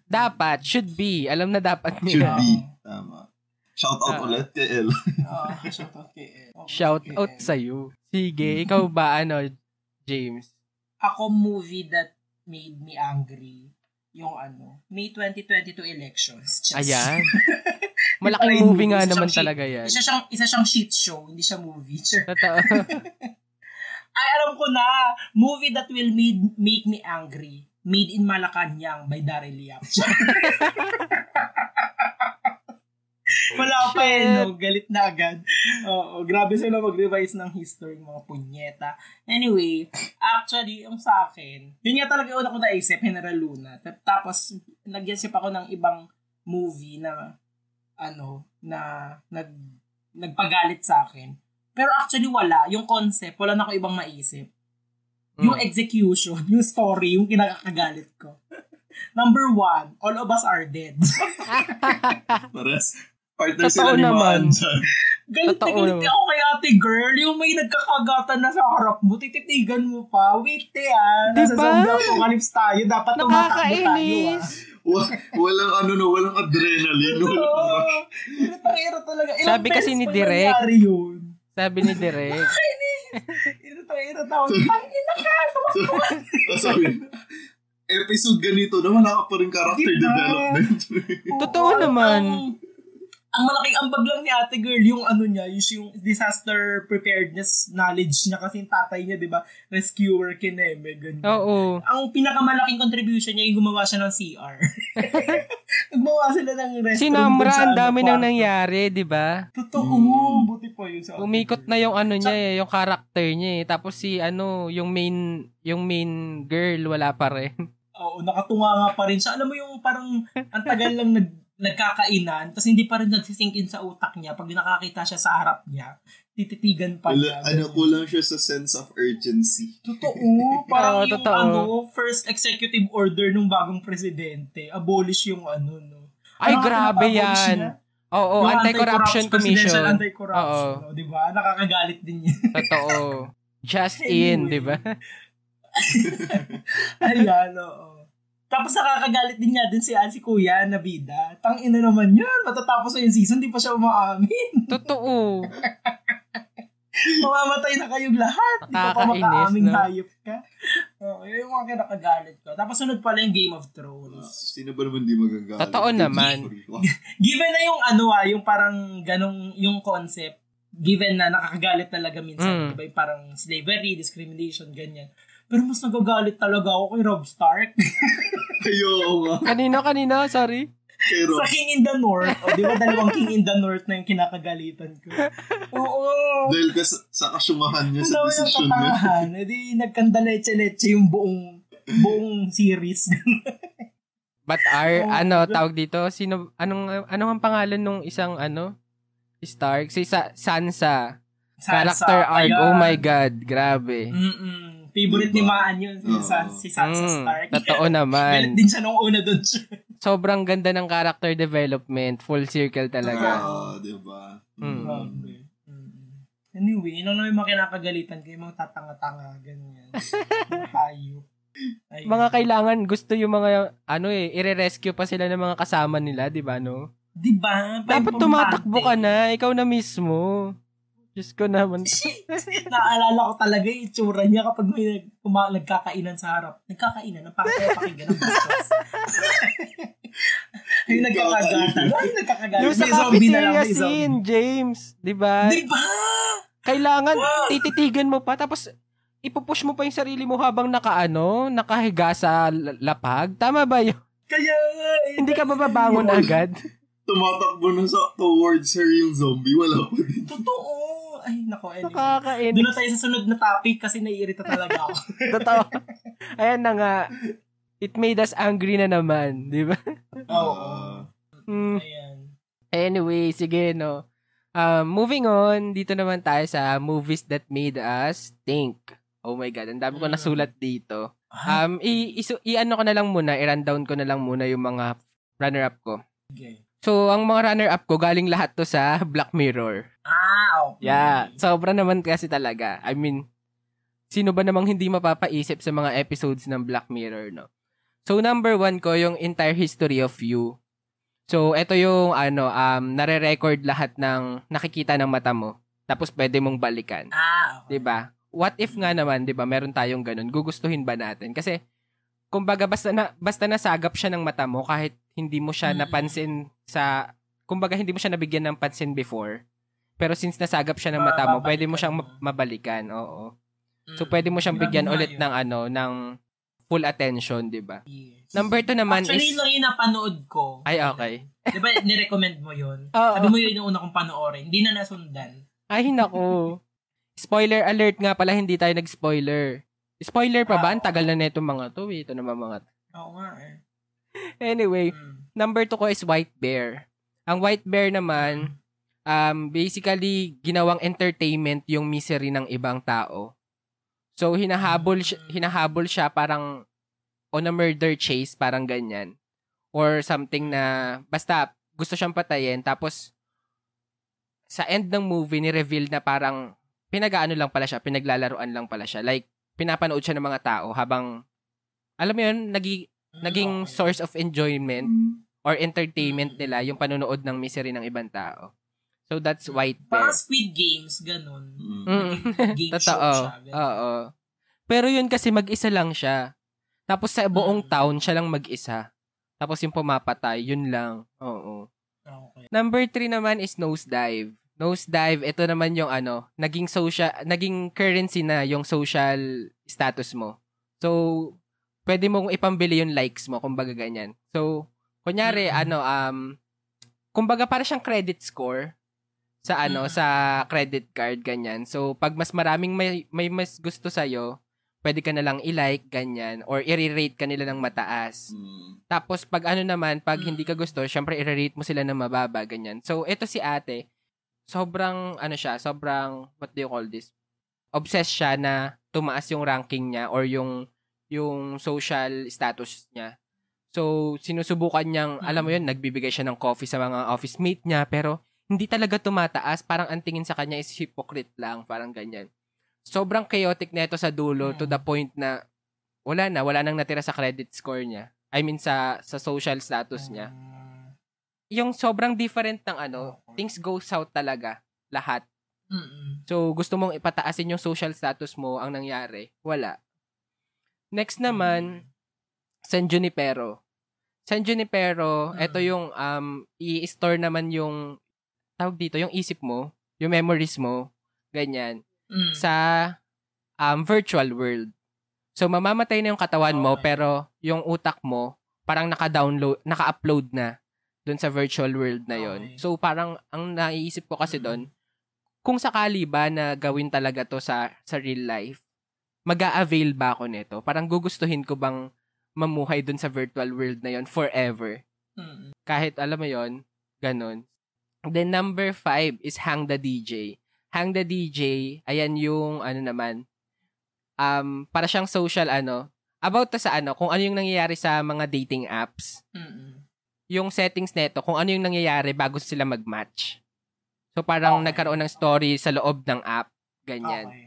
Dapat should be. Alam na dapat
Should
nila.
be. Tama. Shout out
Ah.
ulit kay El.
Oo, shout out kay Ed. Okay,
Shout
kay
out
Ed.
sa Sige, ikaw ba ano, James?
Ako movie that made me angry yung ano, May 2022 elections. Just-
Ayan.
Ay,
Malaking movie nga
isa
naman
siyang
talaga
shit-
yan.
Isa siyang, isa siyang shit show, hindi siya movie. Sure.
Totoo.
Ay, alam ko na! Movie that will made, make me angry. Made in Malacanang by Daryl Yap. Wala pa eh, no? Galit na agad. Oo, grabe sila mag-revise ng history, mga punyeta. Anyway, actually, yung sa akin, yun nga talaga yung una ko naisip, General Luna. Tap- Tapos, nagyasip ako ng ibang movie na, ano, na nag, nagpagalit sa akin. Pero actually, wala. Yung concept, wala na ako ibang maisip. Yung
Mm.
execution, yung story, yung kinakakagalit ko. Number one, all of us are dead.
Pares. Partner
Totoo
sila ni
naman.
Maan dyan.
galit na
Totoo
galit
naman.
ako kay ate girl. Yung may nagkakagatan na sa harap mo, tititigan mo pa. Wait, te ah. Nasa
Diba?
zombie apocalypse tayo. Dapat tumatakbo tayo ah.
Nakakainis.
Wa- walang ano no, walang adrenaline. walang ano.
Oo.
rush.
Iritang-ira talaga. Ilang
Sabi kasi ni
beses pa yung
Direk.
nangyari yun.
Sabi ni Direk.
Iritang-ira tao. Ang ina ka, tumakbo ka.
Sabi, episode ganito na wala ka pa rin character
Diba?
development.
Totoo
Oo,
naman.
Ang, ang malaking ambag lang ni ate girl, yung ano niya, yung, yung disaster preparedness knowledge niya kasi yung tatay niya, di ba? Rescuer kineme, ganyan.
Oo.
Ang pinakamalaking contribution niya yung gumawa siya ng CR. gumawa sila ng restroom. dun sa
Sinamra, ang
ano,
dami nang
kwarto.
nangyari, di ba?
Totoo,
Mm.
buti pa yun sa ate
Umikot
girl.
na yung ano niya eh, yung character niya eh. Tapos si ano, yung main, yung main girl, wala pa rin.
Oo, nakatunga nga pa rin siya. Alam mo yung parang ang tagal lang nag, nagkakainan, tapos hindi pa rin nagsisink in sa utak niya. Pag nakakita siya sa harap niya, tititigan pa
Wala,
niya.
ano, kulang siya sa sense of urgency.
Totoo.
Oo,
Parang yung
totoo.
ano, first executive order nung bagong presidente. Abolish yung ano, no?
Ay,
Parang
grabe
pinapabolish niya.
yan. Oo,
Yung
Anti-Corruption
Presidential
Commission.
Anti-Corruption,
Oo.
no? di ba? Nakakagalit din yun.
Totoo. Just in,
Anyway.
di ba?
Ayan, oo. Tapos nakakagalit din niya din si, ah, si kuya na bida. Tang ina naman yun. Matatapos na yung season, di pa siya umaamin.
Totoo.
Mamamatay na kayong lahat. Di pa pa
Nakakainis,
makaaming
no?
hayop ka. Oo, yun yung mga kinakagalit ko. Tapos sunod pala yung Game of Thrones.
Sino ba naman di magagalit?
Totoo naman.
Given na yung ano ah, yung parang ganong yung concept, given na nakakagalit talaga minsan,
Mm.
di ba? Yung Parang slavery, discrimination, ganyan. Pero mas nagagalit talaga ako kay Rob Stark.
Ayoko nga.
Kanino, kanino? Sorry.
Pero,
sa King in the North. O, di ba dalawang King in the North na yung kinakagalitan ko? Oo.
dahil ka sa, sa kasyumahan niya
Ano
sa
yung
desisyon niya.
katangahan? E di nagkandaleche-leche yung buong buong series.
But our,
Oh,
ano,
but-
tawag dito, sino, anong, anong ang pangalan nung isang, ano, Stark? Si Sa- Sansa. Character
Sansa,
arc.
ayan.
Oh my God, grabe.
Mm-mm. Favorite ni
Diba?
Maan yun, si, San-
Oo.
si Sansa
Mm,
Stark.
totoo
Galit
naman.
din siya nung una doon
Mm.
siya.
Sobrang ganda ng character development. Full circle talaga.
Ah, diba?
Mm.
Mm.
Grabe. Mm-mm. Anyway, yun lang yung mga kinakagalitan ko, yung mga tatanga-tanga, ganyan. Mga Hayop. Ayun.
Mga kailangan, gusto yung mga, ano eh, ire-rescue pa sila ng mga kasama nila, di ba, no?
Di ba?
Dapat
Importante.
tumatakbo ka na, ikaw na mismo. Diyos ko naman.
Naalala ko talaga yung itsura niya kapag may nag- kuma- nagkakainan sa harap. Nagkakainan, ang pakikipakinggan ng bastos. yung nagkakagatan. Ay, nagkakagatan.
Yung sa
May zombie na lang,
cafeteria
may zombie.
scene, James, di ba?
Di ba?
Kailangan tititigan mo pa tapos ipupush mo pa yung sarili mo habang nakaano, nakahiga sa l- lapag. Tama ba yun?
Kaya nga. eh.
Hindi ka mababangon
Yun.
agad.
Tumatakbo na sa towards her yung zombie. Wala pa din.
Totoo. Ay, nako. Anyway. Doon
Nakakainis.
na tayo sa sunod na topic kasi naiirita talaga ako.
Totoo. Ayan na nga. It made us angry na naman, di ba?
Oo.
Hmm.
Ayan.
Anyway, sige, no. Um, moving on, dito naman tayo sa movies that made us think. Oh my God, ang dami ko
Mm.
nasulat dito. Um, i- isu- i-ano ko na lang muna, i-rundown ko na lang muna yung mga runner-up ko.
Okay.
So, ang mga runner-up ko, galing lahat to sa Black Mirror.
Ah, okay.
Yeah, sobra naman kasi talaga. I mean, sino ba namang hindi mapapaisip sa mga episodes ng Black Mirror, no? So, number one ko, yung entire history of you. So, eto yung, ano, um, nare-record lahat ng nakikita ng mata mo. Tapos, pwede mong balikan.
Ah, okay.
'di ba? What if nga naman, 'di ba, meron tayong ganun, gugustuhin ba natin? Kasi kumbaga basta na basta nasagap siya ng mata mo kahit hindi mo siya
Mm.
napansin sa kumbaga hindi mo siya nabigyan ng pansin before. Pero since nasagap siya ng mata mo,
Mababalikan
pwede mo siyang
mo.
mabalikan. Oo. So
Mm.
pwede mo siyang
Grabe
bigyan
nga
ulit
yun.
ng ano, ng full attention, 'di ba?
Yes.
Number two naman
Actually,
is
yun lang yung napanood ko.
Ay okay.
Di ba, nirecommend mo yun?
Oo.
Sabi mo yun yung una kong panoorin. Hindi na nasundan.
Ay nako. Spoiler alert nga pala, hindi tayo nag-spoiler. Spoiler pa ba?
Ah,
Ang tagal na nitong mga to. eh. Ito naman mga to.
Oo nga eh.
Anyway,
Mm.
number two ko is White Bear. Ang White Bear naman, um, basically, ginawang entertainment yung misery ng ibang tao. So, hinahabol, siya, hinahabol siya parang on a murder chase, parang ganyan. Or something na, basta, gusto siyang patayin, tapos, sa end ng movie, ni-reveal na parang, pinagaano lang pala siya, pinaglalaroan lang pala siya. Like, pinapanood siya ng mga tao habang, alam mo yun, nagi, naging
Okay.
source of enjoyment
Mm.
or entertainment nila yung panunood ng misery ng ibang tao. So that's white bear.
Parang Squid Games, ganun.
Mm.
Mm.
Game show
Totoo.
siya. ganun.
Oo. Pero yun kasi mag-isa lang siya. Tapos sa buong
Mm.
town siya lang mag-isa. Tapos yung pumapatay, yun lang. Oo.
Okay.
Number three naman is nosedive. Nosedive, ito naman yung ano, naging social, naging currency na yung social status mo. So, pwede mong ipambili yung likes mo, kumbaga ganyan. So, kunyari,
Mm-mm.
ano, um, kumbaga para siyang credit score sa ano,
Mm-mm.
sa credit card, ganyan. So, pag mas maraming may, may mas gusto sa'yo, pwede ka na lang i-like, ganyan, or i-rate ka nila ng mataas.
Mm.
Tapos pag ano naman, pag
Mm.
hindi ka gusto, syempre i-rate mo sila ng mababa, ganyan. So, ito si ate, sobrang, ano siya, sobrang, what do you call this? Obsessed siya na tumaas yung ranking niya or yung, yung social status niya. So, sinusubukan niyang,
Mm.
alam mo yun, nagbibigay siya ng coffee sa mga office mate niya, pero hindi talaga tumataas. Parang ang tingin sa kanya is hypocrite lang, parang ganyan. Sobrang chaotic na ito sa dulo to
Mm.
the point na wala na, wala nang natira sa credit score niya. I mean sa sa social status
Mm.
niya. Yung sobrang different ng ano, things go south talaga lahat.
Mm-mm.
So gusto mong ipataasin yung social status mo, ang nangyari, wala. Next naman San Junipero. San Junipero,
Mm.
ito yung um i-store naman yung tawag dito, yung isip mo, yung memories mo, ganyan
Mm.
sa um, virtual world. So mamamatay na yung katawan mo
Okay.
pero yung utak mo parang naka-download, naka-upload na doon sa virtual world na yon.
Okay.
So parang ang naiisip ko kasi
Mm.
doon kung sakali ba na gawin talaga to sa sa real life, mag-a-avail ba ako nito? Parang gugustuhin ko bang mamuhay doon sa virtual world na yon forever?
Mm-mm.
kahit alam mo yon ganun. Then number five is Hang the DJ. Hang the DJ, ayan yung ano naman, um, para siyang social ano, about to sa ano, kung ano yung nangyayari sa mga dating apps
Mm-mm.
yung settings neto kung ano yung nangyayari bago sila mag-match. So parang
Okay.
nagkaroon ng story sa loob ng app, ganyan.
Okay.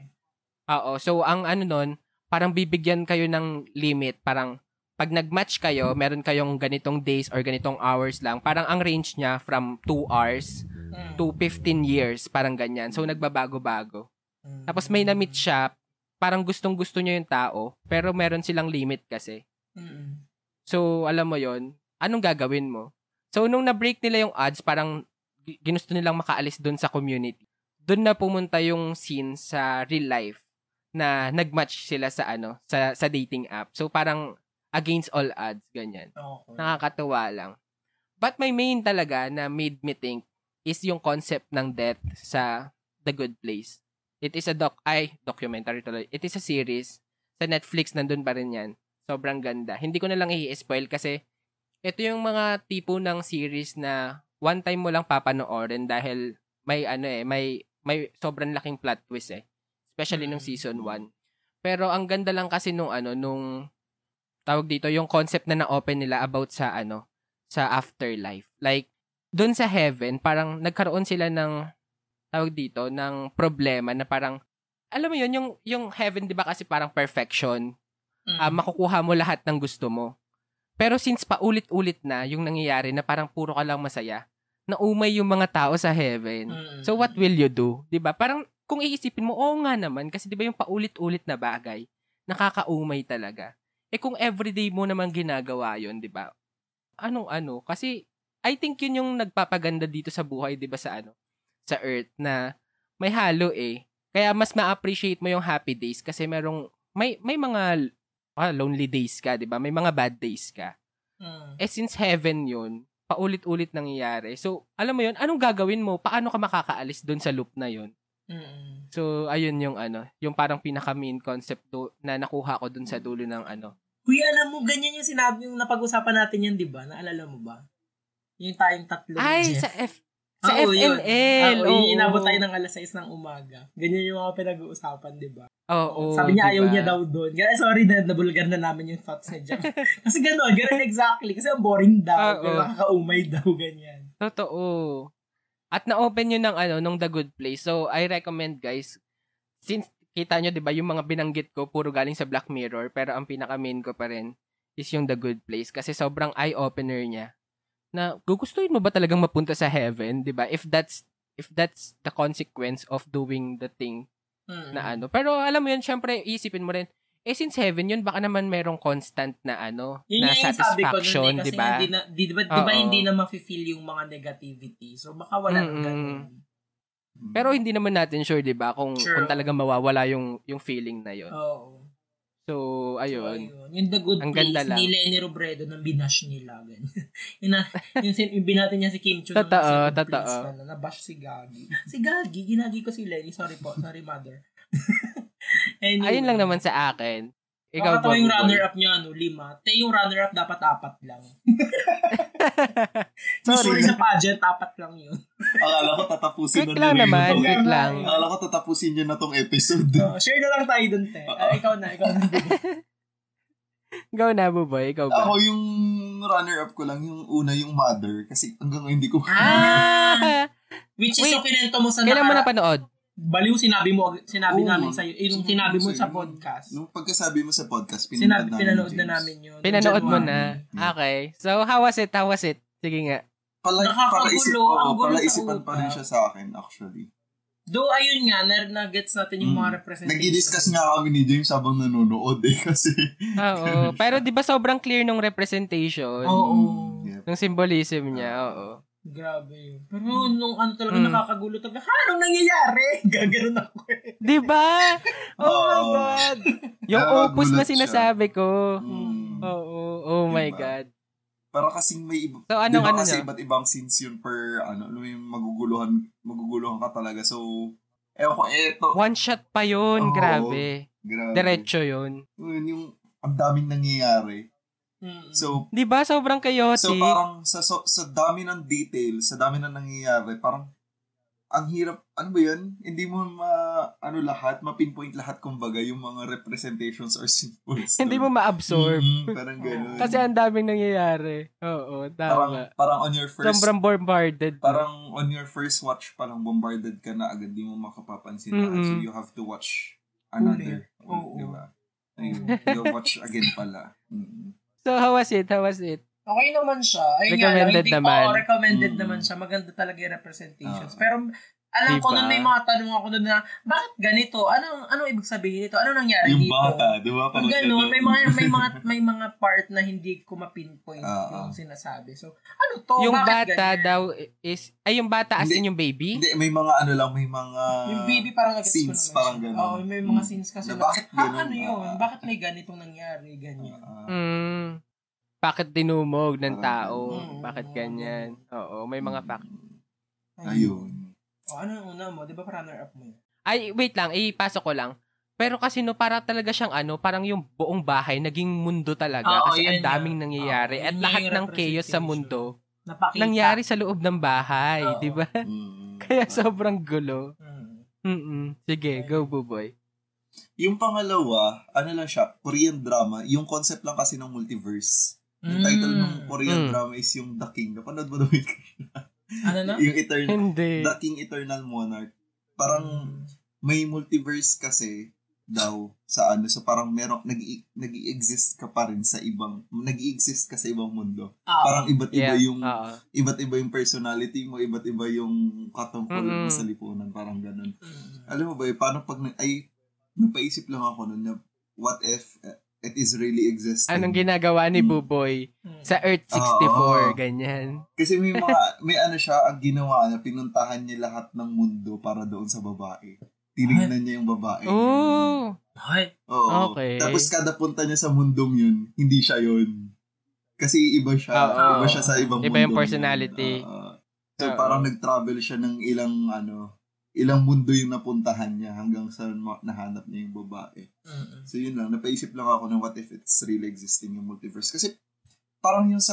Oo, so ang ano nun, parang bibigyan kayo ng limit, parang pag nag-match kayo, meron kayong ganitong days or ganitong hours lang. Parang ang range niya from 2 hours
Mm.
to 15 years, parang ganyan. So nagbabago-bago.
Mm.
Tapos may na-meet siya, parang gustong-gusto niya yung tao, pero meron silang limit kasi.
Mm-mm.
So, alam mo yon anong gagawin mo? So, nung na-break nila yung ads, parang gi- ginusto nilang makaalis dun sa community. Dun na pumunta yung scene sa real life na nag-match sila sa ano, sa, sa dating app. So, parang against all odds, ganyan.
Okay.
Nakakatuwa lang. But my main talaga na made me think is yung concept ng death sa The Good Place. It is a doc, ay, documentary tuloy. It is a series. Sa Netflix, nandun pa rin yan. Sobrang ganda. Hindi ko na lang i-spoil kasi ito yung mga tipo ng series na one time mo lang papanoorin dahil may ano eh, may, may sobrang laking plot twist eh. Especially nung season 1. Pero ang ganda lang kasi nung ano, nung tawag dito, yung concept na na-open nila about sa ano, sa afterlife. Like, doon sa heaven, parang nagkaroon sila ng tawag dito, ng problema na parang alam mo yun, yung, yung heaven, di ba kasi parang perfection.
Mm.
Ah, makukuha mo lahat ng gusto mo. Pero since paulit-ulit na yung nangyayari na parang puro ka lang masaya, naumay yung mga tao sa heaven.
Mm-mm.
So what will you do? 'Di ba? Parang kung iisipin mo, oo nga naman kasi 'di ba yung paulit-ulit na bagay, nakakaumay talaga. Eh kung everyday mo naman ginagawa 'yon, 'di ba? Anong ano? Kasi I think 'yun yung nagpapaganda dito sa buhay, 'di ba sa ano? Sa earth na may halo eh. Kaya mas ma-appreciate mo yung happy days kasi merong may may mga ah, lonely days ka, 'di ba? May mga bad days ka
Mm.
eh since heaven yun, paulit-ulit nangyayari. So, alam mo yun, anong gagawin mo? Paano ka makakaalis doon sa loop na yun?
Mm-mm.
So, ayun yung ano, yung parang pinaka-main concept do, na nakuha ko doon sa dulo ng ano.
Kuya, alam mo, ganyan yung sinabi yung napag-usapan natin yan, di ba? Naalala mo ba? Yung tayong tatlo.
Ay,
Jeff. Ah,
sa F, sa
Oo, yun. Ah,
FNL.
Oo,
oo.
inabot tayo ng alas 6 ng umaga. Ganyan yung mga pinag-uusapan, di ba?
Oo,
Sabi niya,
diba?
ayaw niya daw doon. Kaya, sorry na, nabulgar na namin yung thoughts ni Jack. Kasi gano'n, gano'n exactly. Kasi ang boring daw.
Oo.
Pero nakakaumay daw, ganyan.
Totoo. At na-open yun ng ano, nung The Good Place. So, I recommend guys, since kita nyo, di ba, yung mga binanggit ko, puro galing sa Black Mirror, pero ang pinaka-main ko pa rin is yung The Good Place kasi sobrang eye-opener niya na gugustuhin mo ba talagang mapunta sa heaven, di ba? If that's if that's the consequence of doing the thing
Mm.
na ano. Pero alam mo yun, syempre, isipin mo rin, eh since heaven yun, baka naman merong constant na ano,
Yun
na
nga yung sabi ko nun,
satisfaction,
eh,
di
kasi
ba?
hindi na, di, di ba, di ba
Oo.
hindi na mafe-feel yung mga negativity. So, baka wala nang
Mm-mm.
ganun.
Pero hindi naman natin sure, 'di ba, kung
Sure.
kung talagang mawawala yung yung feeling na 'yon.
Oo.
So, ayun.
So, ayun. Yung The Good
Ang
Place
ganda lang.
ni Lenny Robredo nang binash nila. ganyan. yung, na, yung, sin- yung binati niya si Kim Chu
Totoo,
nung nasa Good
totoo.
Place pala, nabash si Gagi. Si Gagi, ginagi ko si Lenny. Sorry po. Sorry, mother. anyway,
Ayun lang naman sa akin. Ikaw
Ikaw
Bobby
yung
Boy.
runner-up niya, ano, lima. Te, yung runner-up dapat apat lang. Sorry.
Sorry.
sa pageant, apat lang yun.
Akala ko tatapusin
Quick
na
lang
nila yun.
naman,
Ikaw
quick
na.
lang.
Akala ko tatapusin niya na tong episode.
So, share na lang tayo dun, te. Ah, ikaw na, ikaw na.
Ikaw na, Buboy. Ikaw ba?
Ako yung runner-up ko lang, yung una yung mother. Kasi hanggang ngayon hindi ko...
Ah!
Which is
Wait,
yung kinento mo sa
Kailan mo
nakara-
napanood?
Baliw sinabi mo, ag- sinabi
Oo.
namin sa'yo. Eh, yung
Sinabi
sinabi mo
sa'yo.
sa podcast.
Nung pagkasabi mo sa podcast, pinanood
Sinabi,
namin,
pinanood na
James.
namin yun.
Pinanood mo
January.
na. Okay. So, how was it? How was it? Sige nga.
Pala,
Nakakagulo,
para isip,
ang
oo,
gulo
pala
sa
isipan pa rin
utak.
siya sa akin, actually.
Though, ayun nga, na, na-gets natin yung
Mm.
mga representation.
Nag-discuss nga kami ni James habang nanonood eh, kasi...
Oo. Pero di ba sobrang clear nung representation?
Oo.
Yep.
Nung symbolism niya, oo.
Grabe yun. Pero nung ano talaga
Mm.
nakakagulo talaga, ha, anong nangyayari? Gaganon ako eh.
Di ba? Oh my
Oo.
God! Yung
Nakakagulat
opus na
siya.
sinasabi ko.
Mm.
Oo. Oh, my
Diba?
God.
Para kasing may iba.
So, anong
diba
ano
kasi
niya?
iba't ibang scenes yun per ano, alam mo yung maguguluhan, maguguluhan ka talaga. So, eh ko, eto.
One shot pa yun.
Oo.
Grabe.
Grabe.
Diretso yun.
Yun yung ang daming nangyayari.
Mm.
So,
Di ba? Sobrang chaotic.
so um, parang sa, so, sa dami ng detail, sa dami ng nangyayari, parang ang hirap, ano ba yun? Hindi mo ma, ano lahat, ma-pinpoint lahat kumbaga yung mga representations or symbols.
Hindi mo ma-absorb.
Mm, parang ganun.
Kasi ang daming nangyayari. Oo, tama.
parang, parang on your first Ah.
Sobrang bombarded.
parang on your first watch parang bombarded ka na agad di mo makapapansin lahat.
Mm-mm.
so you have to watch another
Uli. Oo.
di ba you'll watch again pala mm
So, how was it? How was it?
Okay naman siya. Ayun
Recommended
nga, lang,
naman.
Oo, recommended
Mm.
naman siya. Maganda talaga yung representations.
Ah.
Pero alam ko
Diba?
nun may mga tanong ako nun na, bakit ganito? Ano ano ibig sabihin nito? Ano nangyari
yung
dito?
bata di ba
Yung
parang
ganun,
ganun.
may mga may mga may mga part na hindi ko ma-pinpoint
Ah, ah.
yung sinasabi. So, ano to?
yung
Bakit
bata
ganyan?
daw is... Ay, yung bata as
Hindi.
in yung baby?
hindi may mga ano lang may mga
Yung baby parang nag-gets ko
scenes
naman. siya.
parang ganun.
Oo, may mga
Mm.
scenes kasi.
Na
Na,
bakit
ha,
ganun?
ano yun?
Ah, ah.
Bakit may ganitong nangyari? Ganyan.
Ah,
Mm. Bakit dinumog ng
Parang
tao?
Mm-hmm.
ganun.
Bakit ganyan? Oo, may mga fact.
ayun
O, ano yung una mo? Di ba runner-up mo yun?
Ay, wait lang. Ipasok ko lang. Pero kasi no, para talaga siyang ano, parang yung buong bahay naging mundo talaga.
Oo,
kasi
yun
ang daming
nga.
nangyayari.
Oo,
at
yun
lahat
yung
ng chaos sa
representation.
mundo
Napakita.
nangyari sa loob ng bahay.
Oo.
Di ba?
Mm.
Kaya sobrang gulo.
Mm.
Mm-mm. Sige, go, buboy.
yung pangalawa ano lang siya Korean drama yung concept lang kasi ng multiverse yung title ng
Hmm.
Korean
Mm.
drama is yung The King napanood mo na ba yun?
Ano na?
yung Eternal
Hindi.
The King Eternal Monarch. Parang may multiverse kasi daw sa ano so parang merong nag nag-exist ka pa rin sa ibang nag-exist ka sa ibang mundo.
Ah,
Parang iba't iba
Yeah, Ah,
yung
oo.
iba't iba yung personality mo, iba't iba yung katungkol mo
Mm-mm.
sa lipunan, parang ganun.
mm.
Alam mo ba, eh, paano pag na- ay napaisip lang ako noon na what if eh, it is really existing?
Anong ginagawa ni
Mm.
Buboy
Mm.
sa Earth 64?
Oo.
Ganyan.
Kasi may mga, may ano siya, ang ginawa na pinuntahan niya lahat ng mundo para doon sa babae. Tinignan niya yung
Ah.
babae.
Oh!
Ay,
Oo.
Okay.
Tapos kada punta niya sa mundong yun, hindi siya yun. Kasi iba siya.
Oo.
Iba siya sa ibang
Ah, Iba
mundong
yung personality. Ah,
yun. Oo. so
Oo.
parang nag-travel siya ng ilang ano, ilang mundo yung napuntahan niya hanggang sa ma- nahanap niya yung babae.
Mm.
So yun lang, napaisip lang ako ng what if it's really existing yung multiverse. Kasi parang yung sa,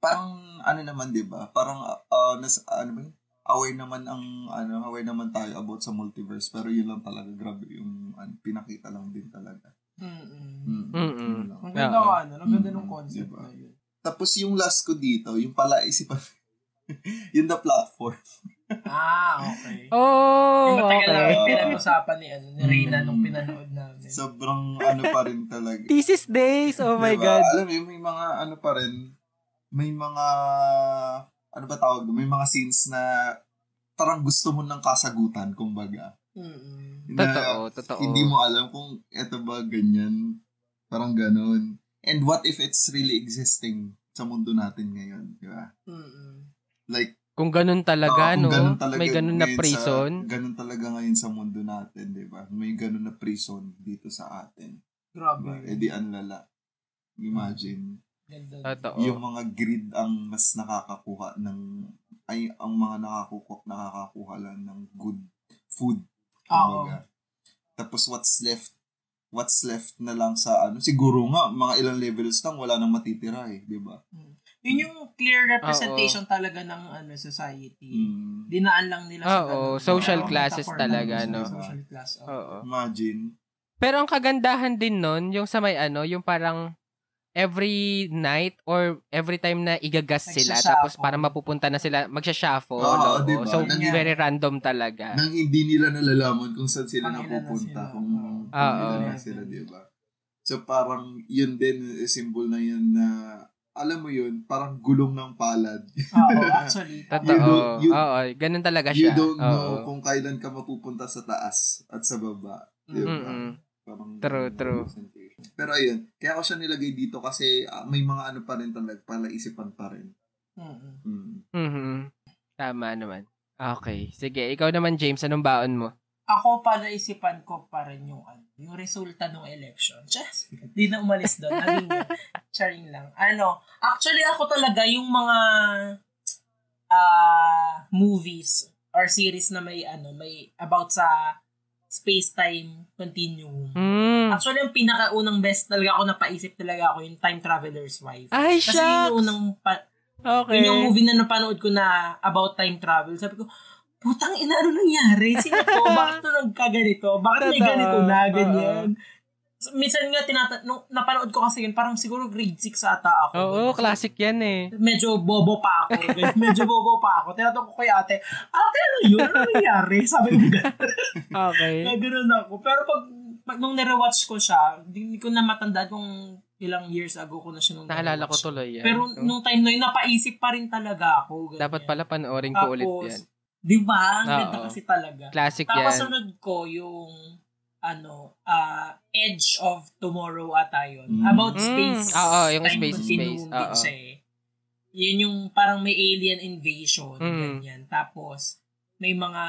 parang ano naman 'di ba? Parang uh, nas, ano ba yun? aware naman ang ano aware naman tayo about sa multiverse pero yun lang talaga grabe yung ano, pinakita lang din talaga.
Mm-mm.
Mm.
Mm-mm.
yun lang.
Ang ganda
Oo.
ka, ano? Ang ganda ng
Mm.
concept
Diba?
na yun.
Tapos yung last ko dito, yung pala isipan yung the platform.
Ah, okay.
Oh!
yung matagal
Okay.
na pinag-usapan ni, ano, ni Reyna nung
Mm.
pinanood namin.
Sobrang ano pa rin talaga.
Thesis days! Oh my God.
Diba? Alam mo, yun, may mga ano pa rin, may mga, ano ba tawag, doon? may mga scenes na parang gusto mo ng kasagutan, kumbaga.
Mm-mm.
Na
Totoo, totoo.
Hindi mo alam kung eto ba ganyan, parang ganun. And what if it's really existing sa mundo natin ngayon, di ba?
Mm-mm.
Like,
Kung ganun
ah,
talaga,
kung
no?
ganun talaga
May ganun na
ngayon
prison.
Sa, ganun talaga ngayon sa mundo natin, di ba? May ganun na prison dito sa atin.
Grabe.
Diba? E di ang lala. Imagine.
Ganda.
Totoo.
yung mga grid ang mas nakakakuha ng ay ang mga nakakakuha nakakakuha lang ng good food kumbaga. Tapos what's left what's left na lang sa ano siguro nga mga ilang levels lang wala nang matitira eh, 'di ba?
Yun yung
Ah,
clear representation talaga ng ano society.
Mm.
Dinaan lang nila sa
Oo,
ganun.
social
Parang
classes
metaphor
talaga,
lang
no?
sa Social class. oo.
Oo.
Imagine.
Pero ang kagandahan din nun, yung sa may ano, yung parang every night or every time na igagas sila
Nagsashuffle.
tapos para mapupunta na sila magsha-shuffle.
Oo,
oo.
diba?
So
Ganyan.
very random talaga.
Nang hindi nila nalalaman kung saan sila
Kung ilan na
napupunta,
sila.
kung kung
Ah,
ilan
oo.
na sila, di ba? So parang yun din, eh, symbol na yun na, alam mo yun, parang gulong ng palad.
Oo, actually.
Totoo.
don't- you-
Oo, ganun talaga
you
siya.
don't know
Oo.
kung kailan ka mapupunta sa taas at sa baba. Di ba?
Mm-mm.
Parang
True, true.
representation. Pero ayun, kaya ko siya nilagay dito kasi ah, may mga ano pa rin talaga, palaisipan pa rin.
Mm-mm.
Mm.
Mhm. Tama naman. Okay. Sige, ikaw naman James, anong baon mo?
Ako pala isipan ko pa rin yung, ano, yung resulta ng election. Just, di na umalis doon. Naging yun. Charing lang. Ano, actually ako talaga yung mga ah movies or series na may ano, may about sa space-time continuum.
Mm.
Actually, ang pinakaunang best talaga ako napaisip talaga ako yung Time Traveler's Wife.
Ay, Ah,
Kasi yun
shucks!
yung unang pa-
Okay.
yun yung movie na napanood ko na about time travel. Sabi ko, putang ina, ano nangyari? Sino to? Bakit to nagkaganito? Bakit may
Totoo.
ganito na? Ganyan. So, minsan nga, tinata- nung napanood ko kasi yun, parang siguro grade 6 ata ako.
Oo, classic yan eh.
Medyo bobo pa ako. ganyan. Medyo bobo pa ako. Tinatanong ko kay ate, ate, ano yun? Ano nangyari? Sabi ko,
Okay.
Naganoon ako. Pero pag, pag nung nirewatch ko siya, hindi ko na matandaan kung ilang years ago ko na siya nung
Naalala ko
nirewatch.
tuloy yan.
Pero nung time na yun, napaisip pa rin talaga ako. Ganyan.
Dapat pala panoorin ko ulit yan. Ah,
Di ba? Ang
Oo.
ganda kasi talaga.
Classic
Tapos
yan.
sunod ko yung ano, ah Edge of Tomorrow ata yun.
Mm.
About
Mm.
space.
Oo, yung
time
space, Ah,
continuum
space.
din
Oo.
siya eh. Yun yung parang may alien invasion,
Mm.
ganyan. Tapos, may mga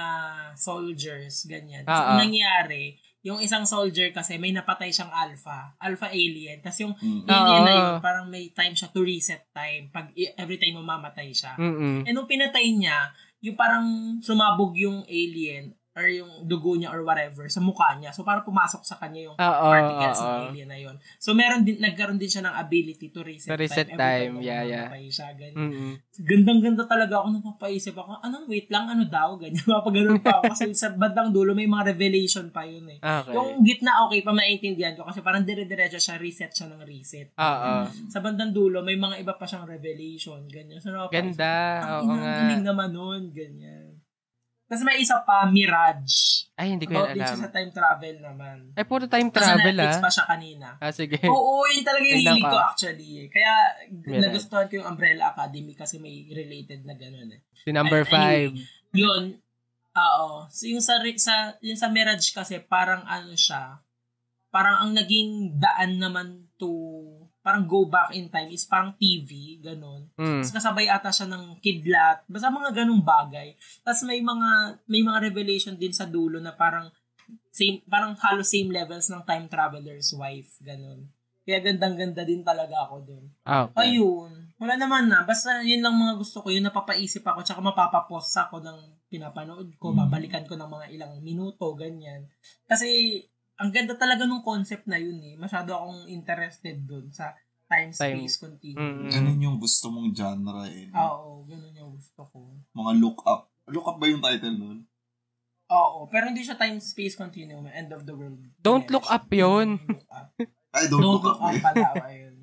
soldiers, ganyan.
Oo.
Tapos, ang nangyari, yung isang soldier kasi may napatay siyang alpha, alpha alien. Tapos yung
Mm.
alien na
Oo.
yun, parang may time siya to reset time pag i- every time mamamatay siya.
Mm-mm.
And Eh, nung pinatay niya, yung parang sumabog yung alien or yung dugo niya or whatever sa mukha niya. So parang pumasok sa kanya yung
Oo,
particles ng
oo.
alien na yun. So meron din, nagkaroon din siya ng ability to reset,
To reset
time. Every
time,
na
yeah, yeah.
mamamatay ano, siya, ganyan.
Mm-mm.
Gandang-ganda talaga ako nung papaisip ako, anong wait lang, ano daw, ganyan. Mapaganoon pa ako kasi sa bandang dulo may mga revelation pa yun eh.
Okay.
Yung gitna okay pa maintindihan ko kasi parang dire-diretso siya, reset siya ng reset.
Oo.
Sa bandang dulo, may mga iba pa siyang revelation, ganyan. So, napapaisip
Ganda.
ang
Oo nga.
ina, ang galing naman nun, ganyan. Tapos may isa pa, Mirage.
Ay, hindi ko
About
yan
din siya
alam.
sa time travel naman.
Ay, puro time
Nasa
travel ah.
Netflix pa Oh, siya kanina.
Ah, sige.
Oo, yun talaga yung
Ganda
hilig
pa.
ko actually. eh. Kaya
Mirage.
nagustuhan ko yung Umbrella Academy kasi may related na ganun eh.
Si number
Ay,
five.
Yun, oo. So, yung sa, re- sa, yung sa Mirage kasi parang ano siya, parang ang naging daan naman to, parang go back in time is parang TV, ganun.
Mm.
Tapos kasabay ata siya ng kidlat. Basta mga ganung bagay. Tapos may mga may mga revelation din sa dulo na parang same parang halos same levels ng time traveler's wife ganun. Kaya gandang-ganda din talaga ako doon.
Okay.
Ayun. Wala naman na. Basta yun lang mga gusto ko. Yun napapaisip ako. Tsaka mapapapost ako ng pinapanood ko. Babalikan ko ng mga ilang minuto. Ganyan. Kasi ang ganda talaga nung concept na yun eh. Masyado akong interested doon sa time-space continuum.
Mm-mm.
Ganun yung gusto mong genre eh. no?
Oo, ganun yung gusto ko.
Mga look up. Look up ba yung title nun?
Oo, pero hindi siya time-space continuum, end of the world.
Don't look up yun.
Don't look up.
Ay, don't,
Don't
look up. eh.
pala, ayun.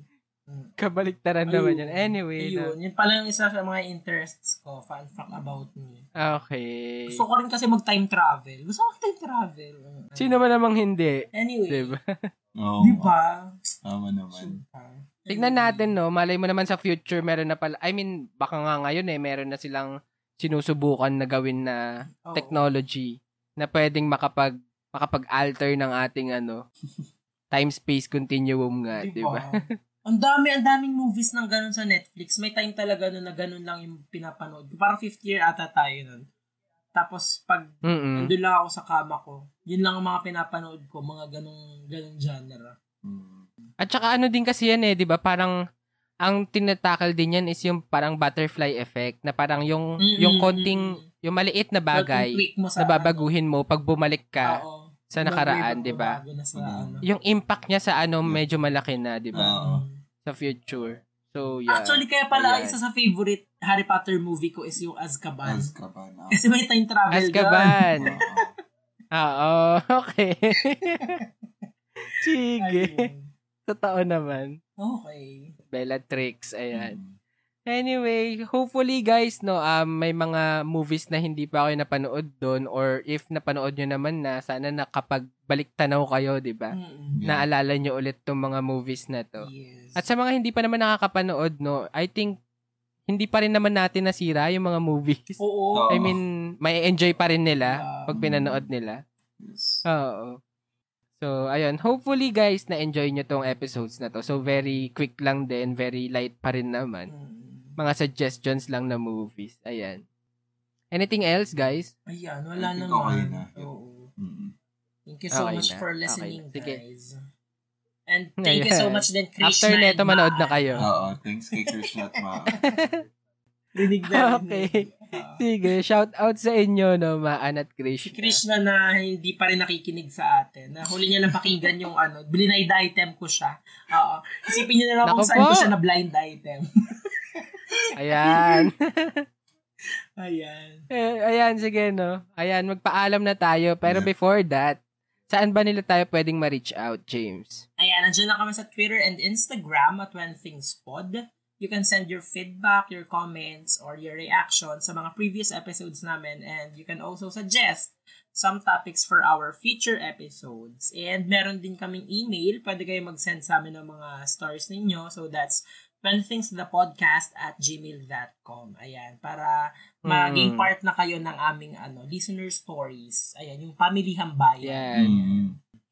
Kabaliktaran naman
Ayun.
yan. Anyway.
Ayun,
na-
yun pala yung isa sa mga interests ko, fun fact about me.
Okay.
Gusto ko rin kasi mag-time travel. Gusto ko mag-time travel.
Sino ba namang hindi?
Anyway, diba?
Diba?
Oo,
di ba?
Tama naman.
Super.
Tignan natin, no? Malay mo naman sa future, meron na pala. I mean, baka nga ngayon eh, meron na silang sinusubukan na gawin na
Oo.
technology na pwedeng makapag makapag-alter ng ating ano time-space continuum nga, di ba?
diba? ang dami, ang daming movies ng ganun sa Netflix. May time talaga nun na ganun lang yung pinapanood. ko. Parang fifth year ata tayo nun. Tapos pag
Mm-mm.
Nandun lang ako sa kama ko. Yun lang ang mga pinapanood ko, mga ganong, ganong genre.
Mm.
At saka ano din kasi yan eh, di ba? Parang ang tinatakal din yan is yung parang butterfly effect na parang yung
Mm-mm.
yung konting yung maliit na
Talagang
bagay
mm, tweak mo ano.
na babaguhin mo pag bumalik ka
Oo.
sa nakaraan, di ba?
Bago na sa
Mm.
ano. Mm.
Yung impact niya sa ano medyo malaki na, di ba?
Oo.
Sa future. So, yeah.
Actually, kaya pala,
Ayan.
isa sa favorite Harry Potter movie ko is yung Azkaban.
Azkaban. ah.
Kasi may time travel doon.
Oo.
Azkaban. Oo, okay. Sige.
Ayun.
Totoo naman.
Okay.
Bellatrix, ayan.
Hmm.
Anyway, hopefully guys, no, um, may mga movies na hindi pa kayo napanood doon or if napanood nyo naman na, sana nakapagbalik tanaw kayo, di ba?
Mm-mm.
Yeah.
Naalala nyo ulit tong mga movies na to.
Mm. Yes.
At sa mga hindi pa naman nakakapanood, no, I think hindi pa rin naman natin nasira yung mga movies.
Oo.
Oo.
I mean, may enjoy pa rin nila
Oh. Yeah.
pag pinanood nila.
Yes.
Oo. So, ayun. Hopefully, guys, na-enjoy nyo tong episodes na to. So, very quick lang din. Very light pa rin naman.
Mm.
Mga suggestions lang na movies. Ayan. Anything else, guys?
Ayan,
I
wala
think
naman.
okay na.
Oo.
Mm.
Thank you so
Okay
much
na.
for
Okay.
listening,
Sige.
guys. And thank you so
Ayan.
much din, Krishna.
After neto,
and
manood na
Maan.
kayo.
Oo, thanks kay Krishnat Ma.
Rinig na rinig.
Okay.
Ah.
Sige, shout out sa inyo, no, Maan at Krish.
Si Krishna na hindi pa rin nakikinig sa atin. Na huli niya lang pakinggan yung ano, blind item ko siya. Oo. Isipin niya na lang
Naku
kung saan ko
po.
siya na blind item.
Ayan.
Ayan.
Eh, ayan, sige, no. Ayan, magpaalam na tayo. Pero
Yeah.
before that, saan ba nila tayo pwedeng ma-reach out, James?
Ayan, nandiyan na kami sa Twitter and Instagram at When Things Pod. You can send your feedback, your comments, or your reaction sa mga previous episodes namin and you can also suggest some topics for our future episodes. And meron din kaming email. Pwede kayo mag-send sa amin ng mga stories ninyo. So that's whenthingspodcast at gmail.com. Ayan, para
Mm.
maging part na kayo ng aming ano, listener stories. Ayan, yung family bayan.
Ayan.
Mm.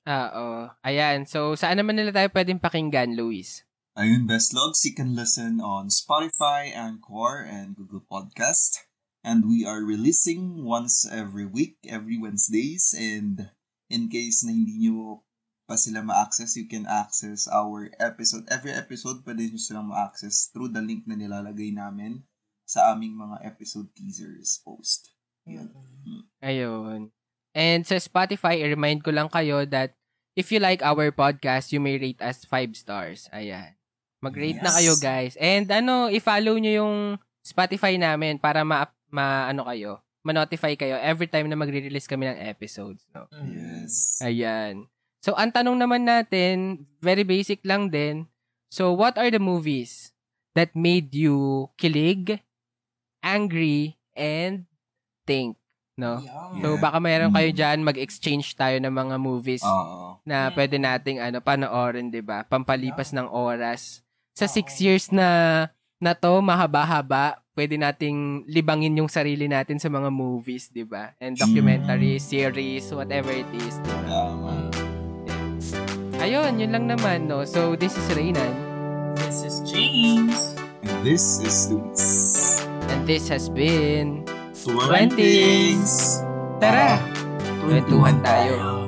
Ah, Oo. Ayan. So, saan naman nila tayo pwedeng pakinggan, Luis?
Ayun, best logs, you can listen on Spotify, Anchor, and Google Podcast. And we are releasing once every week, every Wednesdays. And in case na hindi nyo pa sila ma-access, you can access our episode. Every episode, pwede nyo silang ma-access through the link na nilalagay namin sa aming mga episode teasers post. Yun.
Ayun. And sa Spotify, i-remind ko lang kayo that if you like our podcast, you may rate us 5 stars. Ayan. Mag-rate na
Yes.
kayo, guys. And ano, i-follow nyo yung Spotify namin para ma, ma ano kayo, ma-notify kayo every time na magre-release kami ng episodes. No?
Mm.
Yes.
Ayan. So, ang tanong naman natin, very basic lang din. So, what are the movies that made you kilig, angry, and think? No?
Ayan.
So,
Yeah.
baka mayroon kayo
Mm. Oh.
dyan, mag-exchange tayo ng mga movies
Oo.
na
Mm.
pwede nating ano, panoorin, di ba? Pampalipas ng oras. Sa
Oo.
six years na na to, mahaba-haba, pwede nating libangin yung sarili natin sa mga movies, di ba? And
Mm.
documentaries, series, whatever it is. di ba?
Tama.
Ayun, yun lang naman, no? So, this is Reynan.
This is James.
And this is Luis.
And this has been...
Twenties! Ah.
Tara!
Twentuhan
Kwentuhan tayo.